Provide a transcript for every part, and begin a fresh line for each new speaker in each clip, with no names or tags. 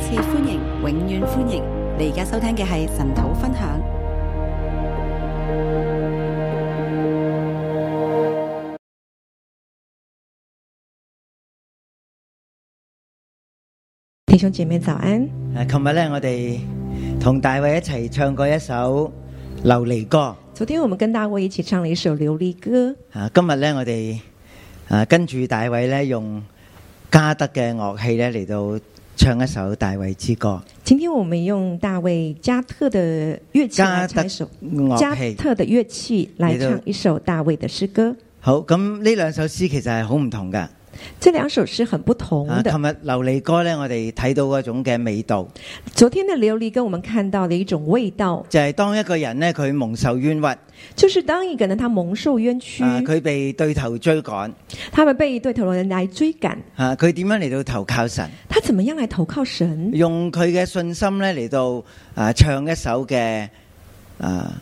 次歡迎，永遠歡迎！你而家收聽嘅係神土分享。
弟兄姐妹早安，
诶，琴日咧，我哋同大衛一齊唱過一首《琉璃歌》
昨天我们跟大卫一起唱了一首《琉璃歌》，
啊，今日咧，我哋啊跟住大衛咧，用加德嘅樂器咧嚟到唱一首《大衛之歌
今天我们用大卫加特的乐》。器来
加德
唱一首
樂器
特的乐器来唱一首大卫的诗歌。
好，咁呢兩首詩其實係好唔同噶。
这两首诗很不同
啊，
的。
琴日《琉璃歌》咧，我哋睇到嗰種嘅味道，
昨天的《琉璃歌》，我们看到的一种味道，
就係當一個人咧，佢蒙受冤屈，啊，
就是当一个人他蒙受冤屈，
佢被對頭追趕，
他们被对头人来追赶，
啊，佢點樣嚟到投靠神，
他怎么样来投靠神？
用佢嘅信心咧嚟到啊唱一首嘅啊，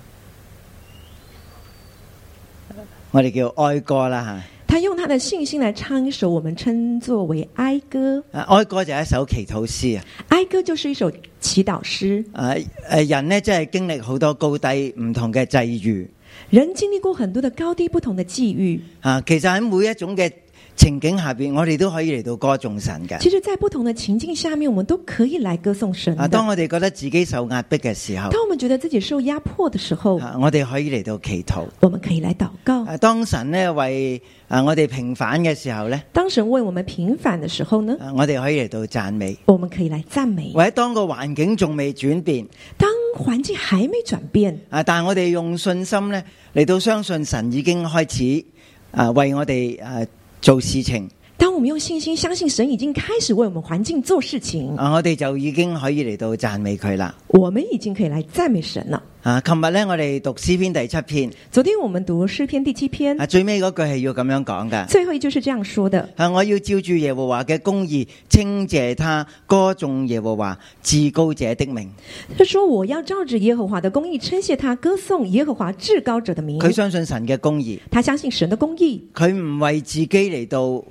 我哋叫哀歌啦
他用他的信心来唱一首我们称作为哀歌。
吓，啊哀歌就係一首祈禱詩啊，
哀歌就是一首祈祷诗。
啊诶人呢真係經歷好多高低唔同嘅際遇
人经历过很多的高低不同的际遇，
啊，其實喺每一種嘅情景下边，我哋都可以嚟到歌頌神嘅。
其实，在不同的情境下面，我们都可以来歌颂神
啊，
的。
当我哋覺得自己受壓迫嘅時候，
当我们觉得自己受压迫的时候，
啊我哋可以嚟到祈禱。
我们可以来祷告。
啊，当神呢為啊我哋平反嘅時候呢，
当神为我们平反的时候呢，
啊我哋可以嚟到讚美。
我们可以来赞美。
或者當個環境仲未轉變，
当环境还没转变，
啊，但係我哋用信心咧嚟到相信神已經開始啊為我哋啊做事情，
当我们用信心相信神已经开始为我们环境做事情，
啊，我哋就已經可以嚟到讚美佢啦。
我们已经可以来赞美神了。
啊，琴日咧我哋讀詩篇第七篇，
昨天我们读诗篇第七篇，
啊最尾嗰句係要咁樣講噶。
最后一句是这样说的：
啊！我要照住耶和華嘅公義，稱謝他，歌頌耶和華至高者的名。
他说：“我要照着耶和华的公义称谢他，歌颂耶和华至高者的名。”
佢相信神嘅公義，
他相信神的公义，
佢唔為自己嚟到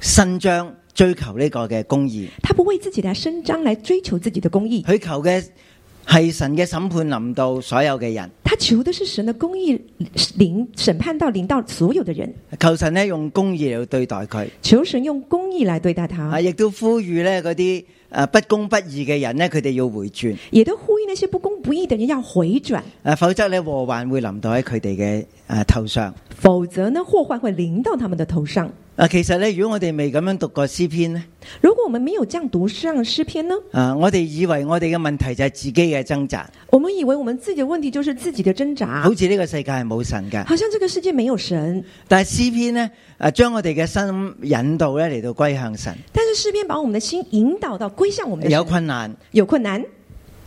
伸張追求呢個嘅公義。
他不为自己来伸张，来追求自己的公义，
佢求嘅系神嘅審判臨到所有嘅人，
他求的是神的公义领审判到领到所有的人，
求神咧用公義嚟對待佢，
求神用公义来对待
啊，
他，
亦都呼籲咧嗰啲诶不公不義嘅人咧，佢哋要回轉，
也都呼吁那些不公不义的人要回转，
啊，否則咧禍患會臨到喺佢哋嘅诶头上。
否则呢祸患会临到他们的头上。
啊，其實咧，如果我哋未咁樣讀過詩篇咧，
如果我们没有这样读这样的诗篇呢，
啊，我哋以為我哋嘅問題就係自己嘅掙扎，
我们以为我们自己的问题就是自己的挣扎
好，似呢個世界係冇神嘅。
好像这个世界没有神。
但係詩篇咧，啊，将我哋嘅心引導咧嚟到歸向神，
但是诗篇把我们的心引导到归向我们的
有
神，
困難，
有困难，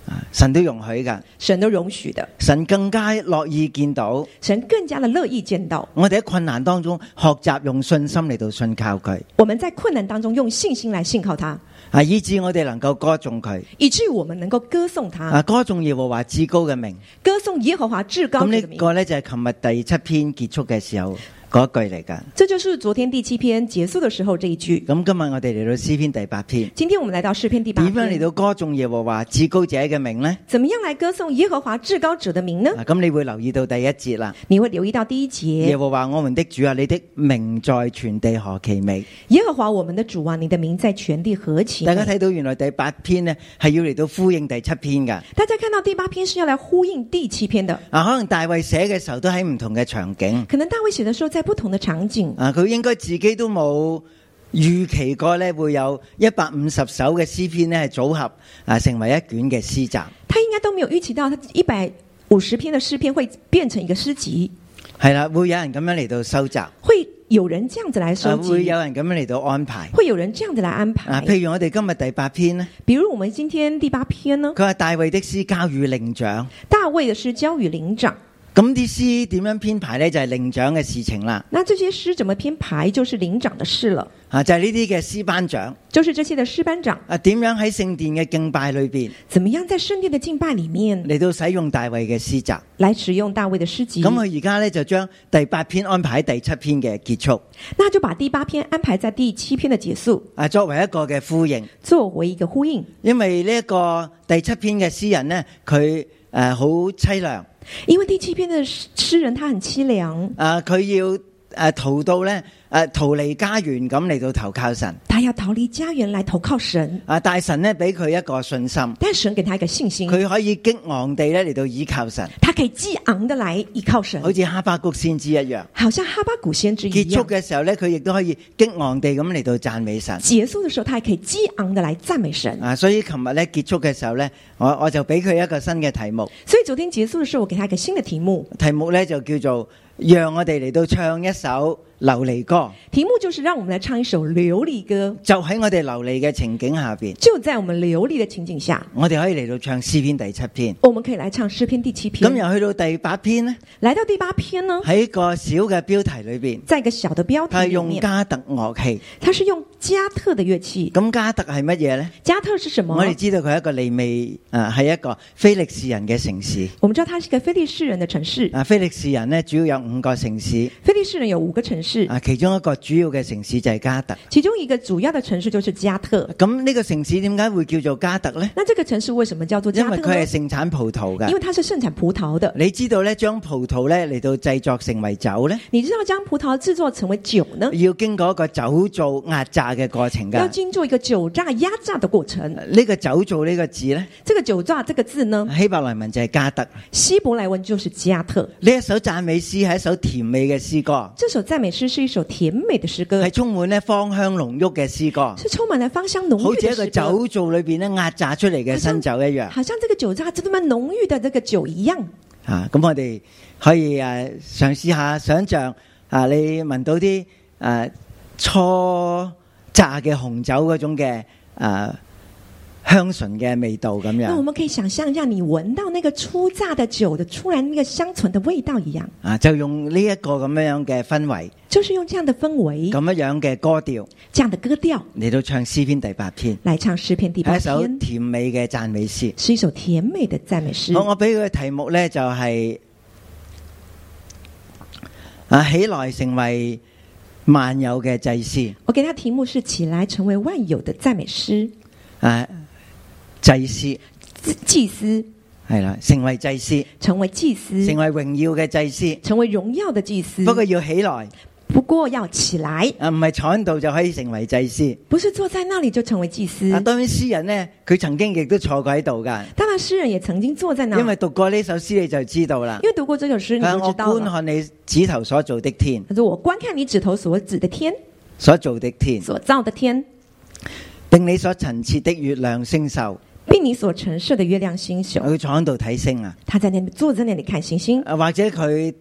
啊神都容許噶，
神都容许的，
神更加樂意見到。
神更加的乐意见到。
我哋喺困難當中學習用信心嚟到信靠佢，
我们在困难当中用信心来信靠他，
啊，以致我哋能夠歌頌佢，
以至于我们能够歌颂他，
啊，歌頌耶和華至高嘅名。
歌颂耶和华至高
咁
者的名
呢。個呢，就係琴日第七篇結束嘅時候嗰一句嚟噶。
这就是昨天第七篇结束的时候这一句。
咁今日我哋嚟到詩篇第八篇，
今天我們來到诗篇第八
點樣嚟
篇，
到歌頌耶和華至高者嘅名呢？啊
怎么样来歌颂耶和华至高者的名呢？
嗱，咁你會留意到第一節啦。
你会留意到第一
耶
节，
和華我們的主啊，你的名在全地何其美！
耶和华我们的主啊，你的名在全地何其
大
美
家睇到原來第八篇呢，係要嚟到呼應第七篇噶。
大家看到第八篇是要来呼应第七篇的，
啊，可能大衛寫嘅時候都喺唔同嘅場景。
可能大卫写的时候在不同的场景，
啊，佢應該自己都冇預期過咧，會有一百五十首嘅詩篇咧係組合啊成為一卷嘅詩集。
他应该都没有预期到他一百五十篇的诗篇会变成一个诗集，
係啦，會有人咁樣嚟到收集，啊
会有人这样子来收
會
集。
啊有人咁樣嚟到安排。
会有人这样子来安
啊，
排。
譬如我哋今日第八篇呢，
比如我们今天第八篇呢，
佢話大衛的詩交與伶長，
大卫的是交与灵长，
咁啲詩點樣編排呢？就係令長嘅事情啦，
那这些诗怎么编排，就是领长的事了，
啊，就係呢啲嘅詩班長
就是这些的诗班长
啊，點樣喺聖殿嘅敬拜裏边
怎么样在圣殿的敬拜里面
嚟到使用大衛嘅詩集。
来使用大卫的诗集
咁。啊佢而家呢，就將第八篇安排喺第七篇嘅結束，
那就把第八篇安排在第七篇的结束，
啊，作為一個嘅呼應。
作为一个呼应。
因為呢一個第七篇嘅詩人呢，佢诶好凄涼，
因为第七篇的诗诗人他很凄凉，
啊，佢要诶逃到呢，诶逃離家園咁嚟到投靠神，
他要逃离家园来投靠神，
啊，但係神呢，俾佢一個信心，
但神给他一个信心，
佢可以激昂地咧嚟到倚靠神，
他可以激昂的来依靠神
好，似哈巴谷先知一樣。
好像哈巴谷先知一
結束
样。
嘅時候呢，佢亦都可以激昂地咁嚟到讚美神。
结束的时候，他还可以激昂的来赞美神。
啊，所以琴日咧結束嘅時候呢，我我就俾佢一個新嘅題目，
所以昨天结束的时候，我给他一个新的题目，
題目呢就叫做讓我哋嚟到唱一首流離歌，
题目就是让我们来唱一首流利歌。
就喺我哋流離嘅情景下边，
就在我们流利的情景下，
我哋可以嚟到唱詩篇第七篇。
我们可以来唱诗篇第七
咁
篇。
又去到第八篇呢，
来到第八篇呢，
喺個小嘅標題裏边，
在一个小的标题
佢係
里
用
哦面，
加特樂器。
它是用加特的乐器。
咁加特係乜嘢呢？
加特是什么？
我哋知道佢係一個利未，啊，係一個非利士人嘅城市。
我们知道它是一个非利士人的城市。
啊，非利士人呢，主要有五個城市，
非利士人有五个城市，
啊，其中一個主要嘅城市就係加特。
其中一个主要的城市就是加特。
咁呢個城市點解會叫做加特呢？
那这个城市为什么叫做加
因為
特呢
佢係？啊盛產葡萄
因
㗎。
为它是盛产葡萄的。
你知道咧，將葡萄咧嚟到製作成為酒咧，
你知道将葡萄制作成为酒呢，
要經過一個酒造壓榨嘅過程
要
㗎。
经过一个酒榨、压榨的过程。
呢個酒造呢個字咧，
这个酒榨这个字呢，
希伯來文就係加特。
希伯来文就是加特。
呢一首讚美詩係一首甜美嘅詩歌，
这首赞美诗是一首甜美的诗歌
係，充滿咧芳香濃郁嘅詩歌，
是充满了芳香浓
好
郁
似
的
一個
诗歌，
酒造裏边咧壓榨出嚟嘅新酒一樣。
好像这个酒榨这么浓郁的这个酒一样。
啊，咁我哋可以诶尝试下想象啊，你聞到啲诶初榨嘅紅酒嗰種嘅诶香醇嘅味道咁
那我
樣
们可以想象一下，你闻到那个初榨的酒的出来那个香醇的味道一样，
啊，就用呢一個咁樣嘅氛圍，
就是用这样的氛围、
咁樣样嘅歌調
这样的歌调
嚟到唱詩篇第八篇，
来唱诗篇第八
係一首
篇，
甜美嘅讚美詩。
是一首甜美的赞美诗
我。我俾佢嘅題目呢，就係啊起來成為萬有嘅祭司。
我给它题目是“起来成为万有的赞美诗
啊祭司。”，
祭祭司
系啦，成為祭司，
成为祭
成
司，
為榮耀嘅祭司。
成为荣耀的祭司。
不過要起來，
不过要起来，
啊，唔係坐喺度就可以成為祭司。
不是坐在那里就成为祭司
啊，。當然詩人呢，佢曾經亦都坐過喺度㗎，
当然，诗人也曾经坐在那里，
因為讀過呢首詩你就知道啦。
因为读过这首诗，你
啊
就
我
知道
觀
了。
看你指頭所做的天，
他说：“我观看你指头所指的天，
所做的天，
所造的天，
並你所陳設的月亮星宿。
并你所陈设的月亮星宿。
佢坐喺度睇星啊，”
他在那里坐在那里看星星。
啊或者佢，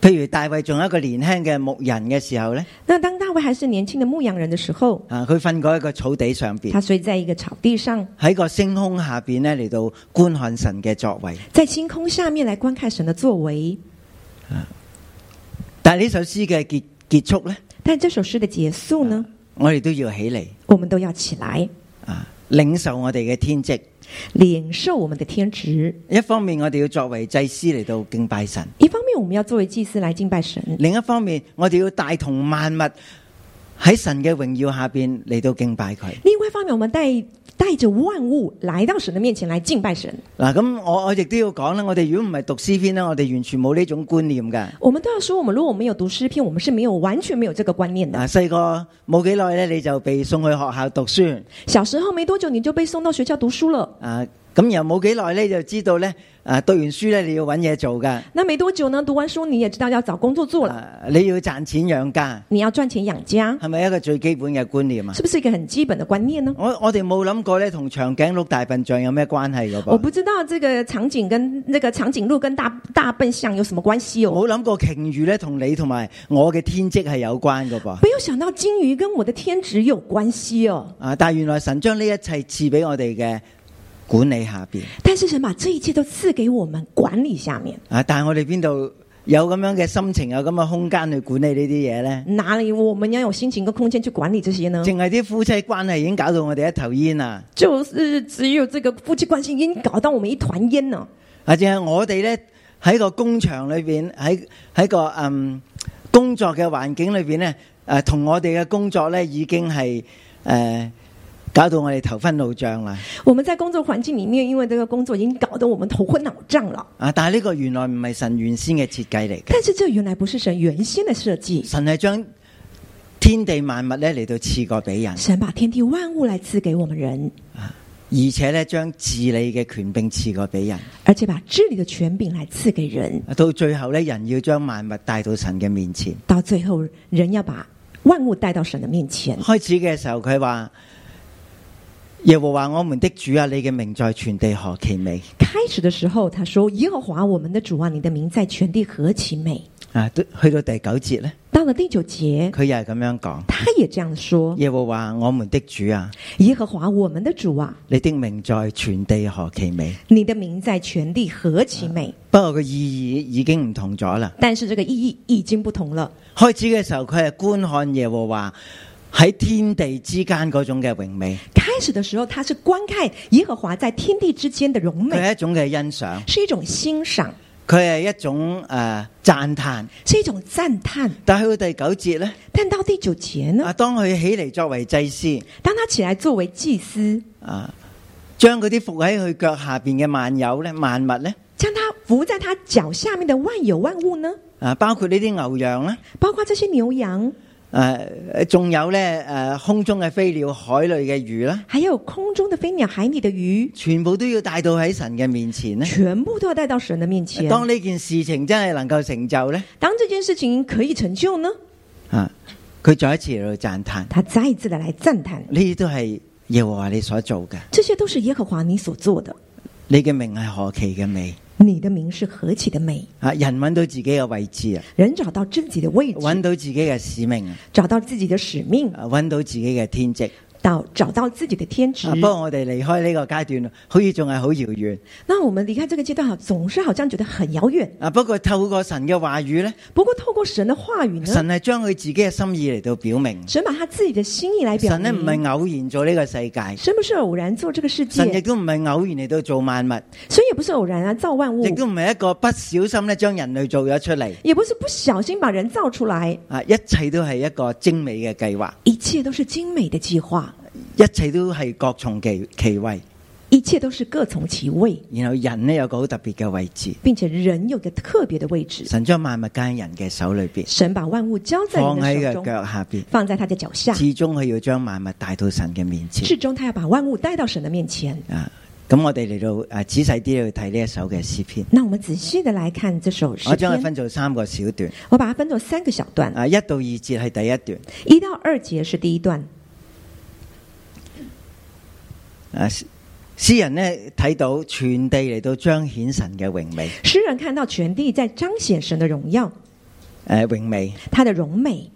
譬如大衛仲有一個年輕嘅牧人嘅時候呢，
那当大卫还是年轻的牧羊人的时候，
啊，佢瞓過一個草地上边，
他睡在一个草地上，
喺個星空下边呢，嚟到觀看神嘅作為。
在星空下面来观看神的作为。
但系呢首詩嘅結结束呢，
但这首诗的结束呢，
我哋都要起嚟
我们都要起来
啊，领受我哋嘅天職。
领受我们的天职。
一方面我哋要作為祭司嚟到敬拜神，
一方面，我们要作为祭司来敬拜神；
另一方面我哋要帶同萬物喺神嘅榮耀下边嚟到敬拜佢。
另外一方面，我们带带着万物来到神的面前来敬拜神。
嗱，咁我我亦都要講啦，我哋如果唔係讀詩篇咧，我哋完全冇呢種觀念噶。
我们都要说，我们如果没有读诗篇，我们是没有完全没有这个观念的。
嗱，細個啊冇幾耐咧，你就被送去學校讀書，
小时候没多久，你就被送到学校读书了。
啊，咁又冇幾耐咧，就知道咧，啊，讀完書咧，你要揾嘢做噶，
那没多久呢，读完书你也知道要找工作做了，
啊你要賺錢養家。
你要赚钱养家，
系咪一個最基本嘅觀念啊？
是不是一个很基本的观念呢？
我我哋冇諗過咧，同長頸鹿大笨象有咩關係噶
我
噃？
不知道这个场景跟那个长颈鹿跟大大笨象有什么关系哦。
冇諗過鯨魚咧，同你同埋我嘅天職係有關噶噃。
没有想到金鱼跟我的天职有关系哦。
啊！但系原來神將呢一切賜俾我哋嘅管理下边
但是神把这一切都赐给我们管理下面，
啊！但系我哋邊度有咁樣嘅心情，有咁嘅空間去管理呢啲嘢呢？
哪里我们要有心情跟空间去管理这些呢？
淨係啲夫妻關係已經搞到我哋一頭煙啦！
就是只有这个夫妻关系已经搞到我们一团烟呢。
啊，淨係我哋呢，喺個工場裏边，喺喺個嗯工作嘅環境裏边呢，诶、同我哋嘅工作呢已經係诶、呃搞到我哋頭昏腦脹啦！
我们在工作环境里面，因为这个工作已经搞得我们头昏脑胀了。
啊，但係呢個原來唔係神原先嘅設計嚟嘅。
但是这原来不是神原先的设计，
神系将天地万物咧嚟到赐过俾人，
神把天地万物来赐给我们人，
而且咧将治理嘅权柄赐过俾人。啊
而且把治理的权柄来赐给人。
到最后咧，人要将万物带到神嘅面前。
到最后，人要把万物带到神的面前。
开始嘅时候，佢话：耶和华我们的主啊，你嘅名在全地何其美
开始的时候，他说：“耶和华我们的主啊，你的名在全地何其美。
啊！都去到第九节咧，”
到了第九节，
佢又系咁样讲：
他也这样说
耶和华我们的主啊，：“
耶和华我们的主啊，
你的名在全地何其美。
你的名在全地何其美。
不过个意义已经唔同咗啦。
但是这个意义已经不同了。
开始嘅时候，佢系观看耶和华喺天地之间嗰种嘅荣美，
开始的时候，他是观看耶和华在天地之间的荣
佢
美，
系一种嘅欣赏，
是一种欣赏，
佢系一种诶赞叹。
是一种赞叹。
但去到第九节咧，
但到第九节呢
啊，，当佢起嚟作为祭司，
当他起来作为祭司，
啊，将嗰啲伏喺佢脚下边嘅万有咧、万物咧，
将他伏在他脚下面的万有万物呢，
啊，包括呢啲牛羊啦，
包括这些牛羊，
诶、仲有咧诶、啊空中嘅飞鸟、海里嘅鱼啦，
还有空中的飞鸟、海里的鱼，
全部都要带到喺神嘅面前咧。
全部都要带到神的面前。
当呢件事情真系能够成就咧，
当这件事情可以成就呢，
啊，佢再一次嚟到赞叹。
他再一次的来赞叹，
呢啲都系耶和华你所做嘅，
这些都是耶和华你所做的，
你嘅名系何其嘅美
你的名是何其的美。
啊！人揾到自己嘅位置啊，
人找到自己的位置，
揾到自己嘅使命啊，
找到自己的使命，
啊揾到自己嘅天职。
到找到自己的天职
啊、。不过我哋离开呢个阶段，好似仲系好遥远
那我们离开这个阶段，好啊总是好像觉得很遥远。
啊！不过透过神嘅话语咧，
不过透过神的话语呢，
神系将佢自己嘅心意嚟到表明。
神把他自己的心意来表
神咧
明。
唔系偶然做呢个世界，
神不是偶然做这个世界
神，亦都唔系偶然嚟到做万物，
神也不是偶然啊造万物
亦，都唔系一个不小心咧将人类做咗出嚟
也不是不小心把人造出来，
啊！一切都系一个精美嘅计划，
一切都是精美的计划，
一切都系各从其其位。
一切都是各从其位，
然後人呢有個好特別嘅位置，
并且人有个特别的位置。
神將萬物皆喺人嘅手裏边，
神把万物交在
放
人
喺
的手中，
佢腳下边，
放在他的脚下，
至終佢要將萬物帶到神嘅面前。
至终他要把万物带到神的面前。
啊，咁我哋嚟到啊仔細啲去睇呢一首嘅詩篇，
那我们仔细的来看这首诗
我將佢
篇，
啊分做三個小段。
我把它分作三个小段，
啊，一到二節係第一段，
一到二节是第一段。
啊詩詩人呢睇到全地嚟到彰顯神嘅榮美，
诗人看到全地在彰显神的荣耀，
诶、啊榮美。
他的荣美。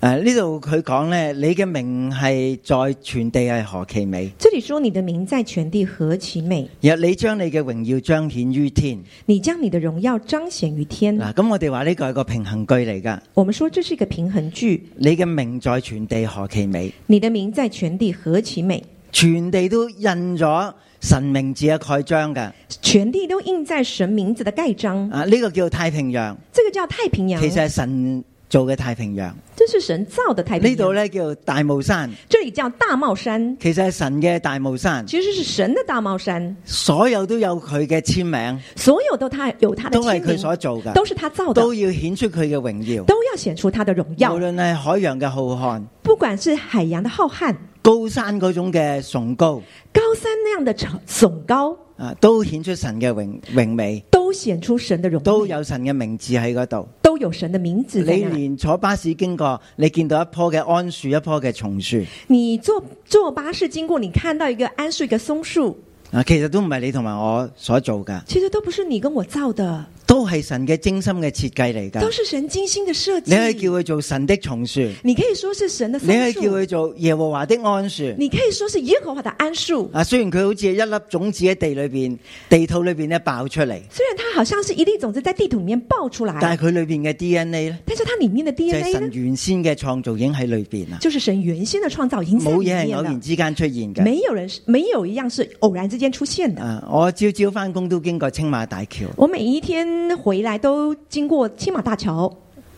诶呢度佢講呢，你嘅名係在全地係何其美，
这里说你的名在全地何其美，
若你將你嘅榮耀彰顯於天。
你将你的荣耀彰显于天。
嗱，咁我哋話呢個係個平衡句嚟㗎。
我们说这是一个平衡句，
你嘅名在全地何其美，
你的名在全地何其美，
全地都印咗神名字嘅盖章嘅。
全地都印在神名字的盖章。
啊，呢、個叫太平洋，
这个叫太平洋，
其實係神做嘅太平洋。
这是神造的太平
呢
洋。
度呢叫大帽山，
这里叫大帽山，
其實係神嘅大帽山，
其实是神的大帽山，
所有都有佢嘅簽名，
所有都他有他的
都係
签
佢
名，
所做嘅，
都是他造的，
都要顯出佢嘅榮耀。
都要顯出他的榮耀
無。論係海洋嘅浩瀚，
不管是海洋的浩瀚，
高山嗰種嘅崇高，
高山那样的耸耸高，
啊，都顯出神嘅榮榮美，
都显出神的荣
都
耀，
有神嘅名字喺嗰度。
都有神的名字在
你
那里。
連坐巴士經過，你見到一棵嘅桉樹，一棵嘅松樹，
你坐坐巴士经过，你看到一个桉树，一个松树，
啊，其實都唔係你同埋我所做噶，
其实都不是你跟我造的，
都係神嘅精心嘅設計嚟
都
㗎。
是神精心的设计
你。可以叫佢做神的松樹，
你可以说是神的
你可
枫
以叫
树，
佢做耶和華的安樹。
你可以说是耶和华的桉树。
啊，雖然佢好似一粒種子喺地裏边、地土裏边咧爆出嚟，
虽然它好像是一粒种子在地土里面爆出来，
但係佢裏边嘅 DNA 咧，
但是它里面的
就係
DNA
神
呢，
原先嘅創造已經喺裏边啦，
就是神原先的创造已经在
冇
里
嘢係啊
面
偶然
了。
之間出現嘅。
没有人是没有一样是偶然之间出现的。
啊，我朝朝翻工都經過青馬大橋，
我每一天回来都经过青马大桥，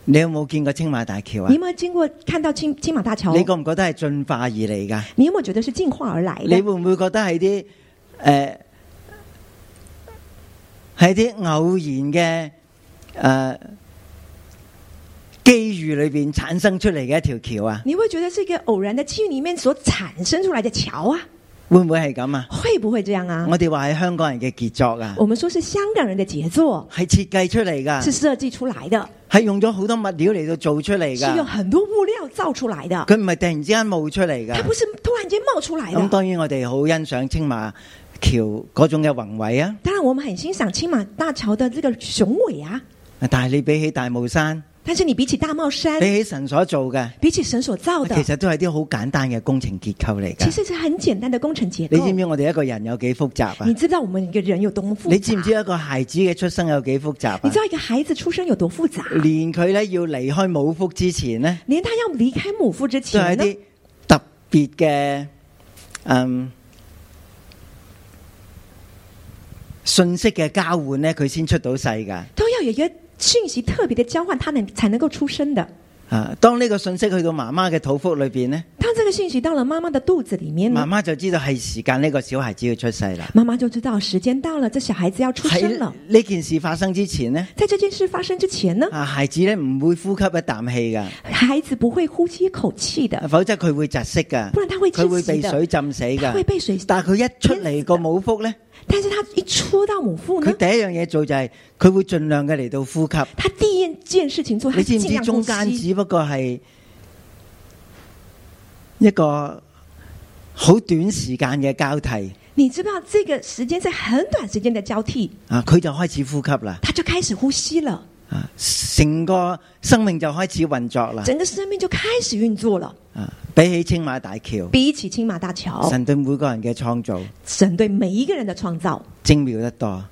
你有冇見過青馬大橋啊
你有？没有经过看到青青马大桥？
你覺唔覺得係進化而嚟㗎？
你有没有觉得是进化而来
你
的？
會唔會覺得係啲诶喺啲偶然嘅诶機遇裏边產生出嚟嘅一條橋啊？
你会觉得是一个偶然的机遇里面所产生出来的桥啊？
會唔會係咁啊？
会不会这样啊？
我哋話係香港人嘅傑作啊，
我们说是香港人的杰作，
係設計出嚟
哦是
㗎，
设计出来的，
係用咗好多物料嚟到做出嚟
是用
㗎。
很多物料造出来的，
佢唔係突然之間冒出嚟
它
㗎。
不是突然间冒出来
咁
的。
當然我哋好欣賞青馬橋嗰種嘅宏偉啊，
当然，我们很欣赏青马大桥的这个雄伟啊，
但係你比起大霧山，
但是你比起大帽山
比，起神所做嘅，
比起神所造的
哎其，實都係啲好簡單嘅工程結構嚟
其
㗎。
实是很简单的工程结
你
构。
知唔知我哋一個人有幾複雜
你
啊？
知道我们一个人有多么复杂？
你知唔知一個孩子嘅出生有幾複雜
你知
啊？
道一个孩子出生有多复杂？
連佢咧要離開母腹之前呢，
连他要离开母腹之
都係
前
一
呢，
啲特別嘅嗯信息嘅交換咧，佢先出到世㗎。
都要有一个讯息特别的交换，他能才能够出生的。
啊，当呢個信息去到媽媽嘅肚腹裏边呢，
当这个讯息到了妈妈的肚子里面
媽
呢，
媽就知道係時間呢個小孩子要出世啦。
妈妈就知道时间到了，这小孩子要出生
喺
了。
呢件事發生之前呢，
在这件事发生之前呢，
啊，孩子咧唔會呼吸一啖氣㗎。
孩子不会呼吸一口气的，
否則佢會窒息噶，
不然他會窒息的
佢會被水浸死
他
噶
会。被水。
但係佢一出嚟個母腹咧，
但是他一出到母腹
佢
呢，
第一樣嘢做就係佢會盡量嘅嚟到呼吸。
他第一件事 情做，他
你知唔
尽
知
量呼
中間
吸。
只不過係一個好短時間嘅交替
你知不知道这个时间在很短时间的交替，
啊？佢就開始呼吸啦，
他就开始呼吸了，
啊，成個生命就開始運作啦。
整个生命就开始运作了。
啊，比起青馬大橋，
比起青马大桥，
神對每個人嘅創造
神对每一个人的创造
精妙得多，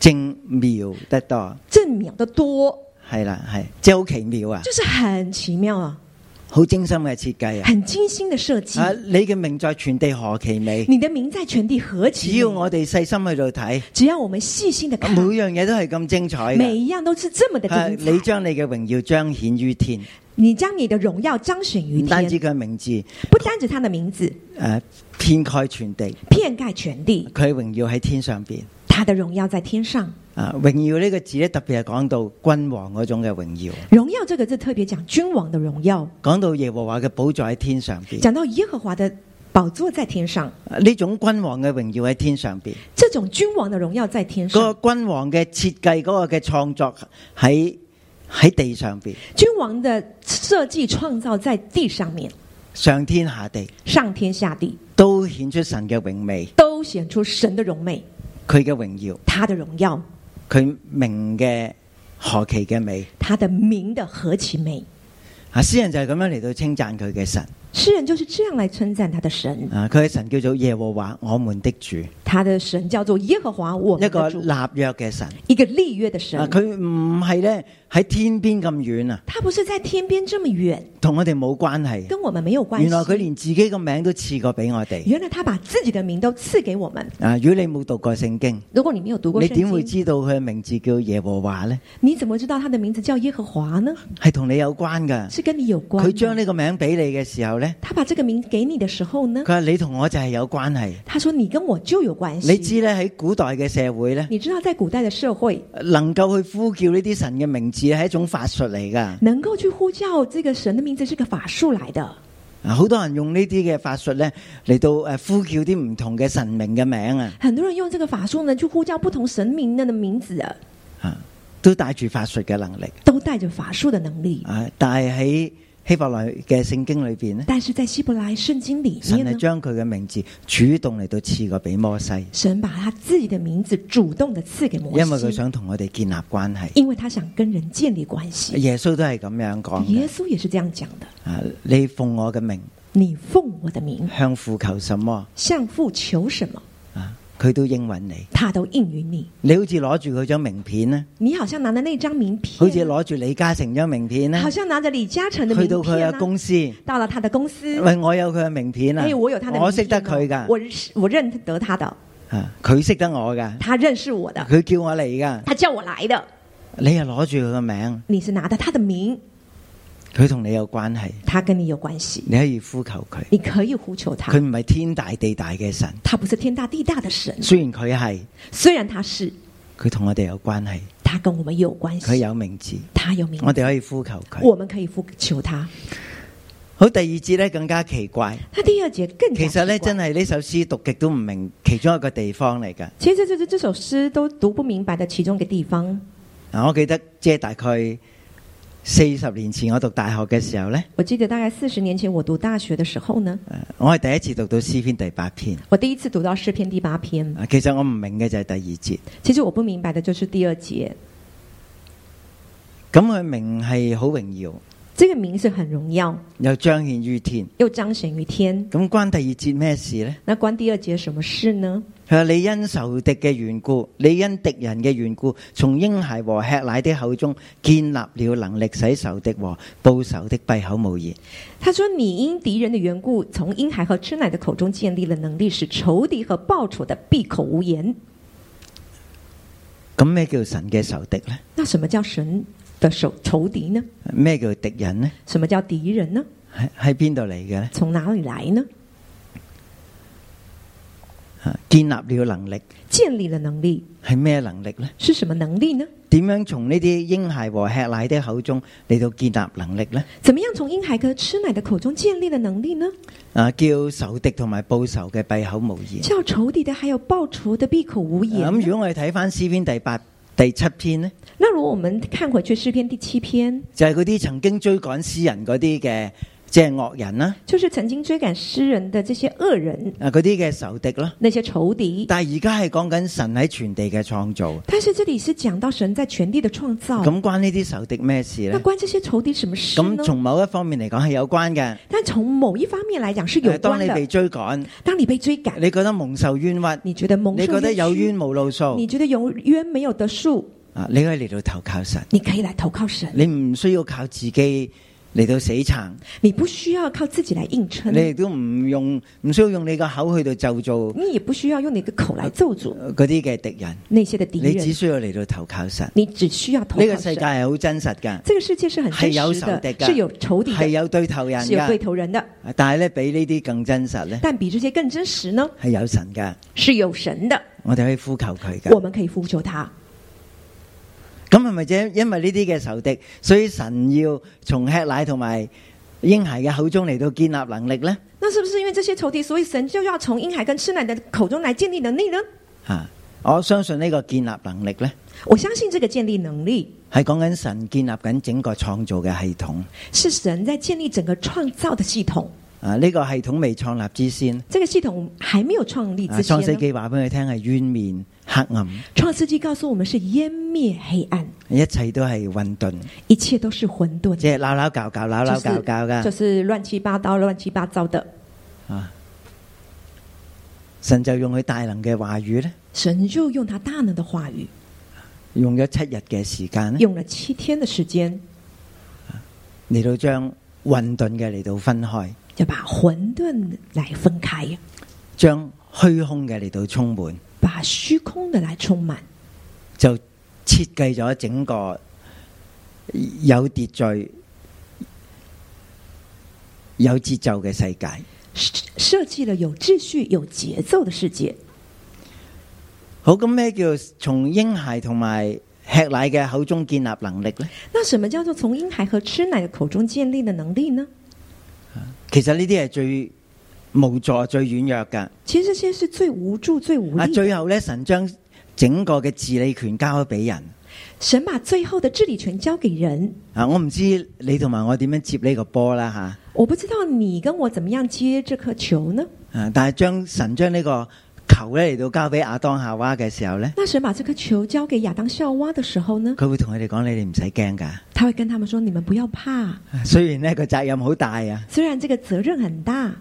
精妙得多。
正秒的多，
系啦，系，即系好奇妙啊，
就是很奇妙啊，
好精心嘅设计啊！
很精心的设计。
啊，你嘅名在全地何其美！
你的名在全地何其
只
美
要我哋细心去到睇，
只要我们细心的看，
每样嘢都系咁精彩
每
嘅。
一样都是这么的
啊
精
你
彩。
将你嘅荣耀彰显于天，
你将你的荣耀彰显于
唔单
天
止，佢嘅名字，诶、
不单指他的名字
遍盖全地，
遍盖全地，
佢嘅荣耀喺天上边。
他的荣耀在天上。
啊，荣耀呢个字咧，特别系讲到君王嗰种嘅荣耀，
荣耀这个字特别讲君王的荣耀，
讲到耶和华嘅宝座喺天上边。
讲到耶和华的宝座在天上，
啊呢种君王嘅荣耀喺天上边，
这种君王的荣耀在天上
嗰、。个君王嘅设计，嗰个嘅创作喺喺地上边。
君王的设计创造在地上面，
上天下地
上天下地
都显出神嘅荣美，
都显出神的荣美，
佢嘅荣耀，
他的荣耀，
佢名嘅何其嘅美
他的名的何其美。
啊！诗人就系咁样嚟到称赞佢嘅神
诗人就是这样来称赞他的神，
啊！佢嘅神叫做耶和华我们的主，
他的神叫做耶和华我
一
们
个
的主，
立约嘅神
一个立约的神
啊！。佢唔系咧喺天边咁远啊，
他不是在天边这么远，
同我哋冇关系。
跟我们没有关系
原来。佢连自己嘅名都赐过俾我哋
原来他把自己的名都赐给我们。
啊！如果你冇读过圣经，
如果你没有读过
你
圣
点会
经，
知道佢嘅名字叫耶和华呢？
你怎么知道他的名字叫耶和华呢？
系同你有关噶。
是跟你有关
佢
的。
将呢个名俾你嘅时候呢，
他把这个名给你的时候呢
佢，话你同我就系有关系。
他说你跟我就有关系。
你知咧喺古代嘅社會咧，
你知道，在古代的社会，
能夠去呼叫呢啲神嘅名字係一種法術嚟噶。
能够去呼叫这个神的名字是个法术来的。
啊好多人用呢啲嘅法術咧嚟到诶呼叫啲唔同嘅神明嘅名啊，
很多人用这个法术呢，去呼叫不同神明的名字啊，
啊都帶住法術嘅能力啊
都带着法术的能力。
啊。但係喺希伯來嘅聖經裏邊咧，
但是在希伯来圣经里
神
面
係
呢，
將佢嘅名字主動嚟到賜過俾摩西，
神把他自己的名字主动的赐给
因
摩
為佢
西，
想同我哋建立關係。
因为他想跟人建立关系。
耶穌都係咁樣講
耶
嘅
稣也是这样讲的：
啊！你奉我嘅名
你奉我的名
向父求什麼
向父求什么，
啊？佢都應允你。
他都应允你。
你好似攞住佢張名片咧，
你好像拿的那张名片，
好似攞住李嘉誠張名片咧
啊好，像拿着李嘉诚的
去
名
到佢
片、
嘅
啊、
公司，
到了他的公司，
喂，我有佢嘅名片啊
哎，，我有他的名片哦，
我識得佢噶，
我认识我认得他的，
啊，佢識得我噶，
他认识我的，
佢叫我嚟噶，
他叫我来的。
你又攞住佢嘅名，
你是拿着他的名，
佢同你有關係，
他跟你有关系，
你可以呼求佢，
你可以呼求
佢
他。
唔係天大地大嘅神，
他不是天大地大的神，
雖然佢係，
虽然他是，
佢同我哋有關係，
他跟我们有关
佢
系，
有名字，
他有名字，
我哋可以呼求佢。
我们可以呼求他。
好，第二節咧更加奇怪，
他第二节更加
其實咧
奇怪
真係呢首詩讀極都唔明其中一個地方嚟㗎。
其实这是这首诗都读不明白的其中一个地方。
嗱，啊我記得即係大概四十年前我讀大學嘅時候呢，
我记得大概四十年前我读大学的时候呢，
呃我係第一次讀到詩篇第八篇。
我第一次读到诗篇第八篇。
啊其實我唔明嘅就係第二節，
其实我不明白的就是第二节，
咁佢明係好榮耀，
这个名是很荣耀，
又彰顯於天。
又彰显于天。
咁關第二節咩事呢？
那关第二节什么事呢？
佢話你因仇敵嘅緣故，你因敵人嘅緣故，從嬰孩和吃奶的口中建立了能力，使仇敵和報仇的閉口無言。
他说：“你因敌人的缘故，从婴孩和吃奶的口中建立了能力，使仇敌和报仇的闭口无言。
咁咩叫神嘅仇敵呢？
那什么叫神的仇仇敌呢？
咩叫敵人呢？
什么叫敌人呢？
喺喺邊度嚟嘅呢？
从哪里来呢？
啊建立了能力
建立了能力
係咩能力呢？
是什么能力呢？
點樣從呢啲嬰孩和吃奶的口中嚟到建立能力呢？
怎么样从婴孩和吃奶的口中建立了能力呢？
啊，叫仇敵同埋報仇嘅閉口無言。啊
叫仇敌的还有报仇的闭口无言
咁、
呢。
如果我哋睇翻詩篇第八、第七篇呢，
那如果我们看回去诗篇第七篇，
就係嗰啲曾經追趕詩人嗰啲嘅即係惡人啦，
就是曾经追赶诗人的这些恶人，
啊嗰啲嘅仇敵啦。
那些仇敌。
但係而家係講緊神喺全地嘅創造，
但是这里是讲到神在全地的创造，
咁關呢啲仇敵咩事
那
呢？
关这些仇敌什么事
咁
呢？
從某一方面嚟講係有關嘅。
但从某一方面来讲是有
誒當
关
哎你被
的。
追趕，
当你被追赶，
你覺得蒙受冤屈，
你觉得蒙
你
受
覺得有
冤屈，
冤無路
你
訴，
觉得有冤没有得恕，
啊，你可以嚟到投靠神。
你可以来投靠神，
你唔需要靠自己嚟到死撐，
你不需要靠自己来硬撑，
你亦都唔用唔需要用你個口去到咒做呃
你也不需要用你的口来咒诅
嗰啲嘅敵人，
那些的敌
你只
人，
需要嚟到投靠神。
你只需要投
呢個
靠
世
神
界。係好真實㗎，
这个世界是很
係
真
有
实
仇
的
敵，㗎，
是有仇敵
係
的，
有對頭人
是有对
㗎，
头人的。
但係咧比呢啲更真實咧
但比这些更真实呢，
係有神㗎，
是有神的，
我哋可以呼求佢
我
㗎。
们可以呼求他。
咁係咪啫？因為呢啲嘅仇敵，所以神要從吃奶同埋嬰孩嘅口中嚟到建立能力呢？
那是不是因为这些仇敌，所以神就要从婴孩跟吃奶的口中来建立能力呢？
啊，我相信呢個建立能力呢，
我相信这个建立能力
係講緊神建立緊整個創造嘅系統。
是神在建立整个创造的系统。
啊！呢、個系統未創立之先，
这个系统还没有创立
啊
之前
創世
呢，
記話俾佢聽係冤面黑暗，
创世纪告诉我们是湮灭黑暗，
一切都係混沌，
一切都是混沌，
即係鬧鬧教教鬧鬧教教
就
噶。
是乱七八糟、乱七八糟的。
神就用佢大能嘅話語咧，
神就用他大能的话语，
用咗七日嘅時間咧，
用了七天的时间，
嚟到將混沌嘅嚟到分開，
就把混沌来分开，
將虛空嘅嚟到充滿，
把虚空的来充满，
就設計咗整個有秩序、有節奏嘅世界。
设设计了有秩序、有节奏的世界。
好，咁咩叫從嬰孩同埋吃奶嘅口中建立能力呢？
那什么叫做从婴孩和吃奶的口中建立的能力呢？
其實呢啲係最無助、最軟弱噶。
其实这些是最无助、最无
啊，
力的。
最後咧，神將整個嘅治理權交咗俾人，
神把最后的治理权交给人。
啊，我唔知你同埋我點樣接呢個波啦吓，
我不知道你跟我怎么样接这颗球呢？
啊，但係將神將呢個球咧嚟到交俾亞當夏娃嘅時候咧，
那神把这颗球交给亚当夏娃的时候呢，
佢會同佢哋講：你哋唔使驚㗎。
他会跟他们说：“你们不要怕，
雖然呢個責任好大啊，
虽然这个责任很大，